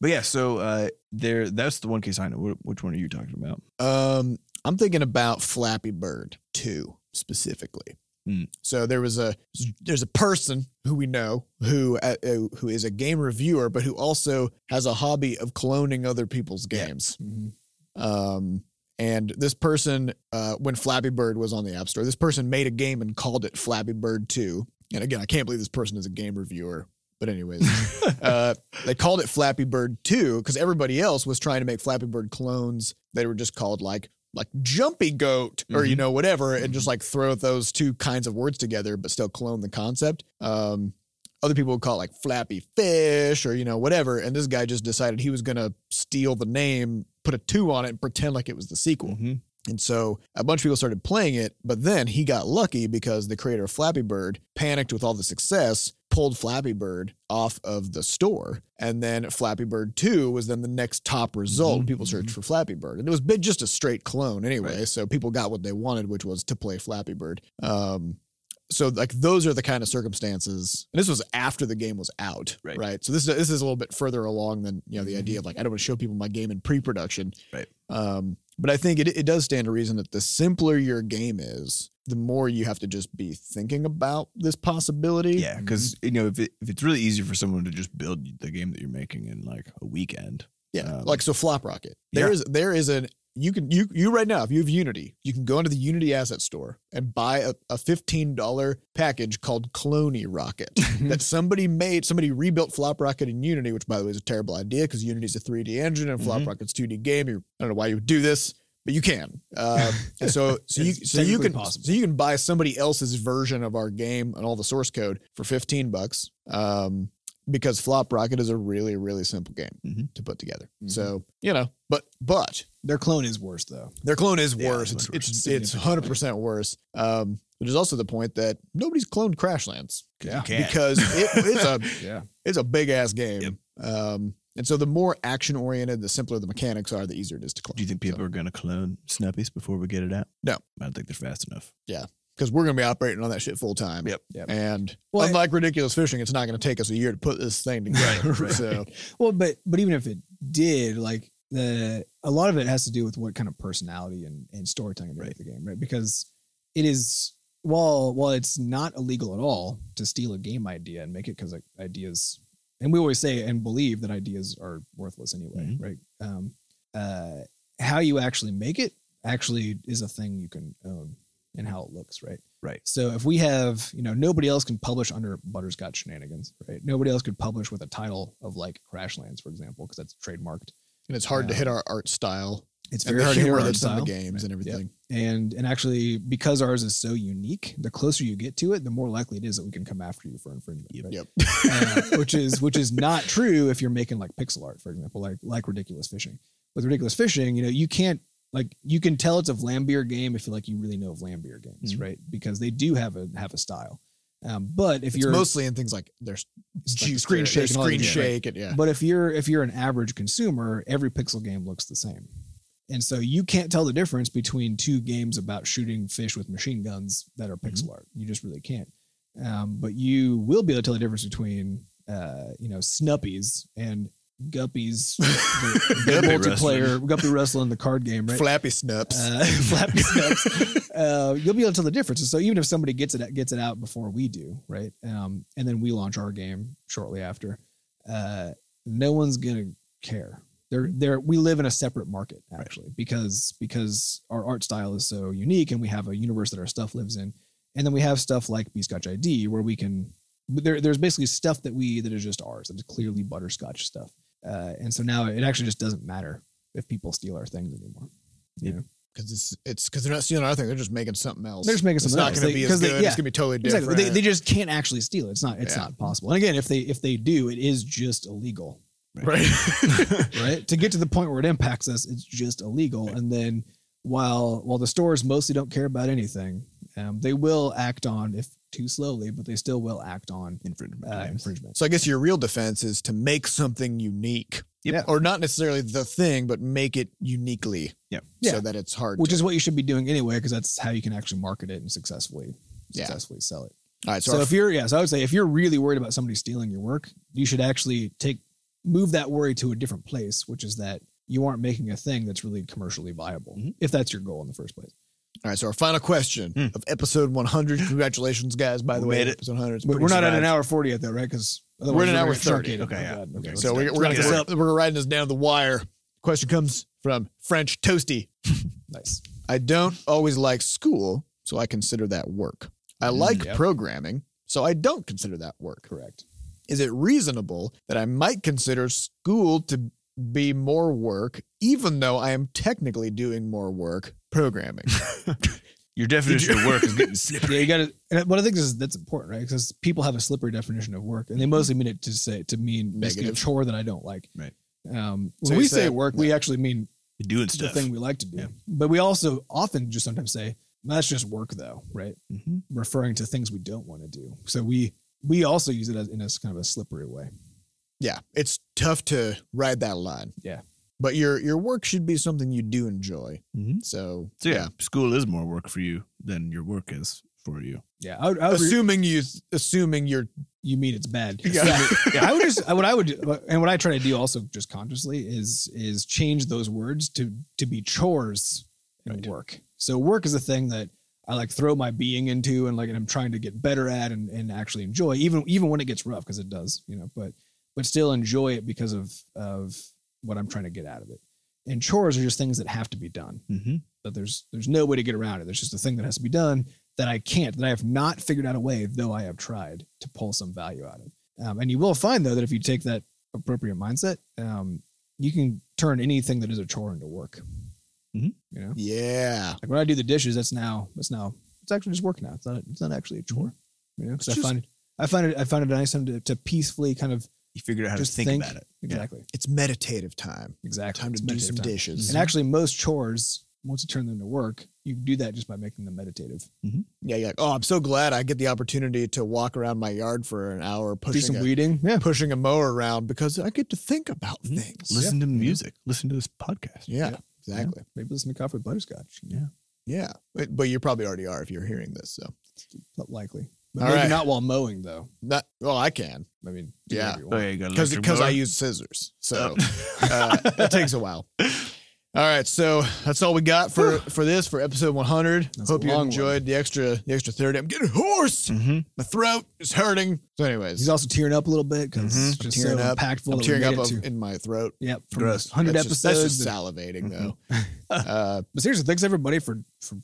but yeah, so uh, there. That's the one case I know. Wh- Which one are you talking about?
Um, I'm thinking about Flappy Bird 2 specifically.
Hmm.
So there was a there's a person who we know who uh, uh, who is a game reviewer, but who also has a hobby of cloning other people's
Yeah.
games.
Mhm.
Um, and this person, uh, when Flappy Bird was on the App Store, this person made a game and called it Flappy Bird 2. And again, I can't believe this person is a game reviewer. But anyways, uh, they called it Flappy Bird 2 because everybody else was trying to make Flappy Bird clones that were just called like like Jumpy Goat or you know whatever, and just like throw those two kinds of words together, but still clone the concept. Um, other people would call it like Flappy Fish or you know whatever, and this guy just decided he was gonna steal the name, put a two on it, and pretend like it was the sequel.
Mhm.
And so a bunch of people started playing it, but then he got lucky because the creator of Flappy Bird panicked with all the success, pulled Flappy Bird off of the store, and then Flappy Bird 2 was then the next top result. when
Mhm,
People searched for Flappy Bird, and it was been just a straight clone anyway, so people got what they wanted, which was to play Flappy Bird. Um so like those are the kind of circumstances and this was after the game was out right,
Right.
so this is this is a little bit further along than you know the idea of like i don't want to show people my game in pre-production um, but I think it, it does stand to reason that the simpler your game is, the more you have to just be thinking about this possibility.
Yeah, because you know if it, if it's really easy for someone to just build the game that you're making in like a weekend.
Yeah.
Um,
like so Flop Rocket. There
yeah.
is there is an you can you you right now, if you have Unity, you can go into the Unity asset store and buy a, a $15 package called Cloney Rocket
(laughs) Mm-hmm.
that somebody made, somebody rebuilt Flop Rocket in Unity, which by the way is a terrible idea because Unity's a 3D engine and Flop
Mm-hmm.
Mhm.
Rocket's 2D game. You're, I don't know why you would do this, but you can.
(laughs)
Um, and so so you
It's
so you
technically
can
possible.
so you can buy somebody else's version of our game and all the source code for 15 bucks. Um, because Flop Rocket is a really really simple game
Mhm.
to put together.
Mhm.
So, you know, but but
Their clone is worse though.
their clone is
Yeah,
worse.
it's
It's
much
it's
worse.
it's 100% worse. Um, which is also the point that nobody's cloned Crashlands
you
Yeah.
can't.
because it, it's a
Yeah.
it's a big ass game.
Yep.
Um, And so the more action oriented, the simpler the mechanics are, the easier it is to clone.
Do you think people are going to clone Snuppies before we get it out?
No.
I don't think they're fast enough.
Because we're going to be operating on that shit full time.
Yep.
Yep.
And
Well, I-
unlike ridiculous fishing, it's not going to take us a year to put this thing together.
right.
So
Well, but but even if it did, like the a lot of it has to do with what kind of personality and, and storytelling you do with the game, right? Because it is while while it's not illegal at all to steal a game idea and make it because like, ideas, and we always say and believe that ideas are worthless anyway,
Mhm.
right? Um, uh, how you actually make it actually is a thing you can own and how it looks, right?
Right.
So if we have, you know, nobody else can publish under Butterscotch Shenanigans, right? Nobody else could publish with a title of like Crashlands, for example, because that's trademarked.
and it's hard to
Yeah.
hit our art style
It's
and
very
the
hard to
humor
learn
that's in the
style.
games and everything.
And and actually, because ours is so unique, the closer you get to it, the more likely it is that we can come after you for infringement.
Yep.
right?
Yep.
(laughs) Uh, which is which is not true if you're making like pixel art, for example, like like ridiculous fishing. With ridiculous fishing, you know, you can't like you can tell it's a Lambier game if you like you really know of Lambier games,
Mhm.
right? Because they do have a have a style. Um, but if
It's
you're
mostly in things like there's
like the
screen
screen
shake,
shake and all
screen
that, right?
shake, and yeah.
But if you're if you're an average consumer, every pixel game looks the same. And so you can't tell the difference between two games about shooting fish with machine guns that are pixel art. You just really can't. Um, but you will be able to tell the difference between uh, you know Snuppies and Guppies, the, the
Guppy
multiplayer Guppy Wrestling, the card game, (laughs) right?
Flappy snups.
Uh, (laughs) Flappy Snups. Uh, you'll be able to tell the difference. And So even if somebody gets it gets it out before we do, right? Um, and then we launch our game shortly after. Uh, no one's gonna care. They're they're we live in a separate market actually because because our art style is so unique and we have a universe that our stuff lives in, and then we have stuff like Bscotch ID where we can. But there, there's basically stuff that we that is just ours that is clearly butterscotch stuff, uh, and so now it actually just doesn't matter if people steal our things anymore.
because it's it's because they're not stealing our thing. They're just making something else.
They're just making
It's
something
not
else.
going to
They-
be as
'cause they-
good.
yeah.
It's going to be totally different.
Exactly. They, they just can't actually steal. It's not. It's
Yeah.
not possible. And again, if they if they do, it is just illegal,
right.
(laughs) right? to get to the point where it impacts us, it's just illegal. And then while while the stores mostly don't care about anything, um, they will act on if too slowly, but they still will act on
Infringement.
uh,
claims.
infringement.
so I guess your real defense is to make something unique.
Yep.
Or not necessarily the thing, but make it uniquely.
Yep.
So
Yeah.
that it's hard.
Which
to-
is what you should be doing anyway, because that's how you can actually market it and successfully
Yeah.
successfully sell it.
all right. So,
So,
our-
if you're yes, I would say if you're really worried about somebody stealing your work, you should actually take move that worry to a different place, which is that you aren't making a thing that's really commercially viable,
Mm-hmm.
Mhm.
if that's your goal in the first place.
all right. So our final question
Hmm.
of episode 100. Congratulations, guys. By the
We
way,
made it.
episode 100. It's
But
pretty
we're not at
survived.
an hour forty yet, though, right? Because
We're at an hour 30.
Okay, yeah. Okay,
So we're, we're
wrap
gonna
this
we're, we're riding this down to the wire. Question comes from French Toasty.
nice.
I don't always like school, so I consider that work. I
Mm,
like
yep.
programming, so I don't consider that work.
Correct.
Is it reasonable that I might consider school to be more work, even though I am technically doing more work
(laughs)
programming?
Your definition of work is getting
(laughs)
slippery.
Yeah, you got to. And what I think is that's important, right? Because people have a slippery definition of work, and they mostly mean it to say to mean
Mm-hmm.
basically a
Negative.
chore that I don't like.
Right.
Um,
So you
when we
say-
say work, we actually mean
You're doing stuff.
the thing we like to do.
Yeah.
But we also often just sometimes say that's just work, though, right?
Mhm.
referring to things we don't want to do. So we we also use it as, in a s- kind of a slippery way.
yeah, it's tough to ride that line.
Yeah.
But your your work should be something you do enjoy.
Mm-hmm.
Mhm.
So,
So yeah, school is more work for you than your work is for you.
Yeah, I would, I would
Assuming you assuming you're
you mean it's bad.
Yeah.
Yeah, I would just what I would do, and what I try to do also just consciously is is change those words to to be chores and
Right.
work. So work is a thing that I like throw my being into and like and I'm trying to get better at and, and actually enjoy even even when it gets rough because it does you know but but still enjoy it because of of what I'm trying to get out of it. And chores are just things that have to be done.
Mm-hmm.
that there's there's no way to get around it. There's just a thing that has to be done that I can't, that I have not figured out a way, though I have tried to pull some value out of. Um, and you will find though that if you take that appropriate mindset, um, you can turn anything that is a chore into work.
Mhm.
You know,
yeah.
like when I do the dishes, that's now that's now it's actually just work now. It's not it's not actually a chore.
Mm-hmm.
You know, 'cause
It's
I
just-
find I find it I find it nice to to peacefully kind of
You figured out how
just
to think,
think,
about it.
Exactly,
It's meditative time.
exactly.
Time to
It's
do
meditative
some
time. Mm-hmm.
dishes.
And actually, most chores once you turn them to work, you can do that just by making them meditative.
Yeah, yeah. Oh, I'm so glad I get the opportunity to walk around my yard for an hour
do
pushing
some
a,
weeding. Yeah.
(laughs) pushing a mower around because I get to think about
Mhm.
things.
Listen to music. Listen to this podcast.
Yeah,
Mm-hmm. Yeah.
exactly.
Maybe listen to coffee with butterscotch.
Yeah.
Yeah. But, but you probably already are if you're hearing this. So,
Not likely. But
All
maybe
right.
not while mowing though.
not, well, I can
I mean, do
Yeah.
whatever you
Oh,
want.
yeah, you got
because
electric
because I
motor.
use scissors. So,
Oh.
uh, it takes a
(laughs)
while. All right, so that's all we got for for this for episode 100.
That's a
Hope you
long one.
enjoyed the extra the extra 30. I'm getting hoarse.
Mhm.
My throat is hurting. So, anyways,
He's also tearing up a little bit because
Mhm.
it's just
Mm-hmm. Tearing
so
up.
impactful.
I'm
that we
tearing
made
up
it
of-
to-
in my throat.
Yep, from
Gross.
100
That's just-
episodes.
that's just salivating, though. uh,
but seriously, thanks everybody for for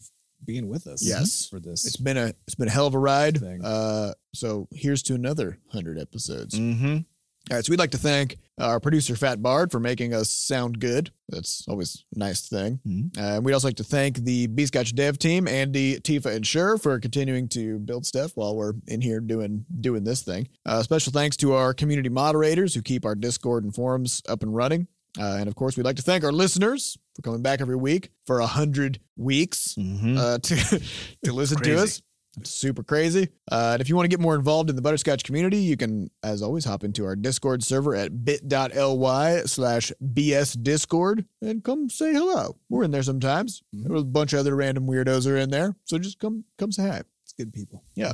being with us.
Yes.
for this.
it's been a it's been a hell of a ride.
Thing.
Uh, so here's to another hundred episodes.
Mhm.
All right, so we'd like to thank our producer Fat Bard for making us sound good. That's always a nice thing.
Mhm.
Uh, and we'd also like to thank the Beastcotch Dev team, Andy, Tifa, and Sure for continuing to build stuff while we're in here doing doing this thing. Uh, special thanks to our community moderators who keep our Discord and forums up and running. Uh, and of course, we'd like to thank our listeners for coming back every week for a hundred weeks
Mhm.
uh,
Mm.
to to (laughs) listen to
Crazy.
us. It's super crazy. Uh, and if you want to get more involved in the Butterscotch community, you can, as always, hop into our Discord server at bit.ly slash bsdiscord and come say hello. We're in there sometimes.
Mm-hmm.
A bunch of other random weirdos are in there. So just come come say hi.
It's good people.
Uh,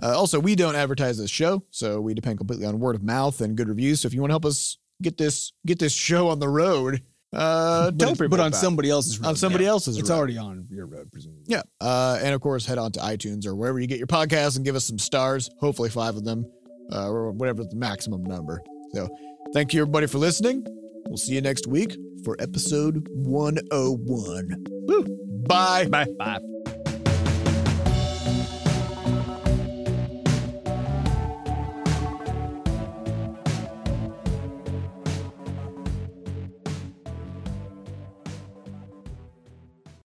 also, we don't advertise this show, so we depend completely on word of mouth and good reviews. So if you want to help us get this get this show on the road, uh,
(laughs) But
tell
it-
people
but on
about it.
somebody else's road.
on somebody
Yeah.
else's.
It's
road.
already on your road, presumably.
Yeah. Uh, and of course, head on to iTunes or wherever you get your podcasts and give us some stars, hopefully five of them, uh, or whatever the maximum number. So thank you, everybody, for listening. We'll see you next week for episode 101. Woo. Bye.
Bye. Bye.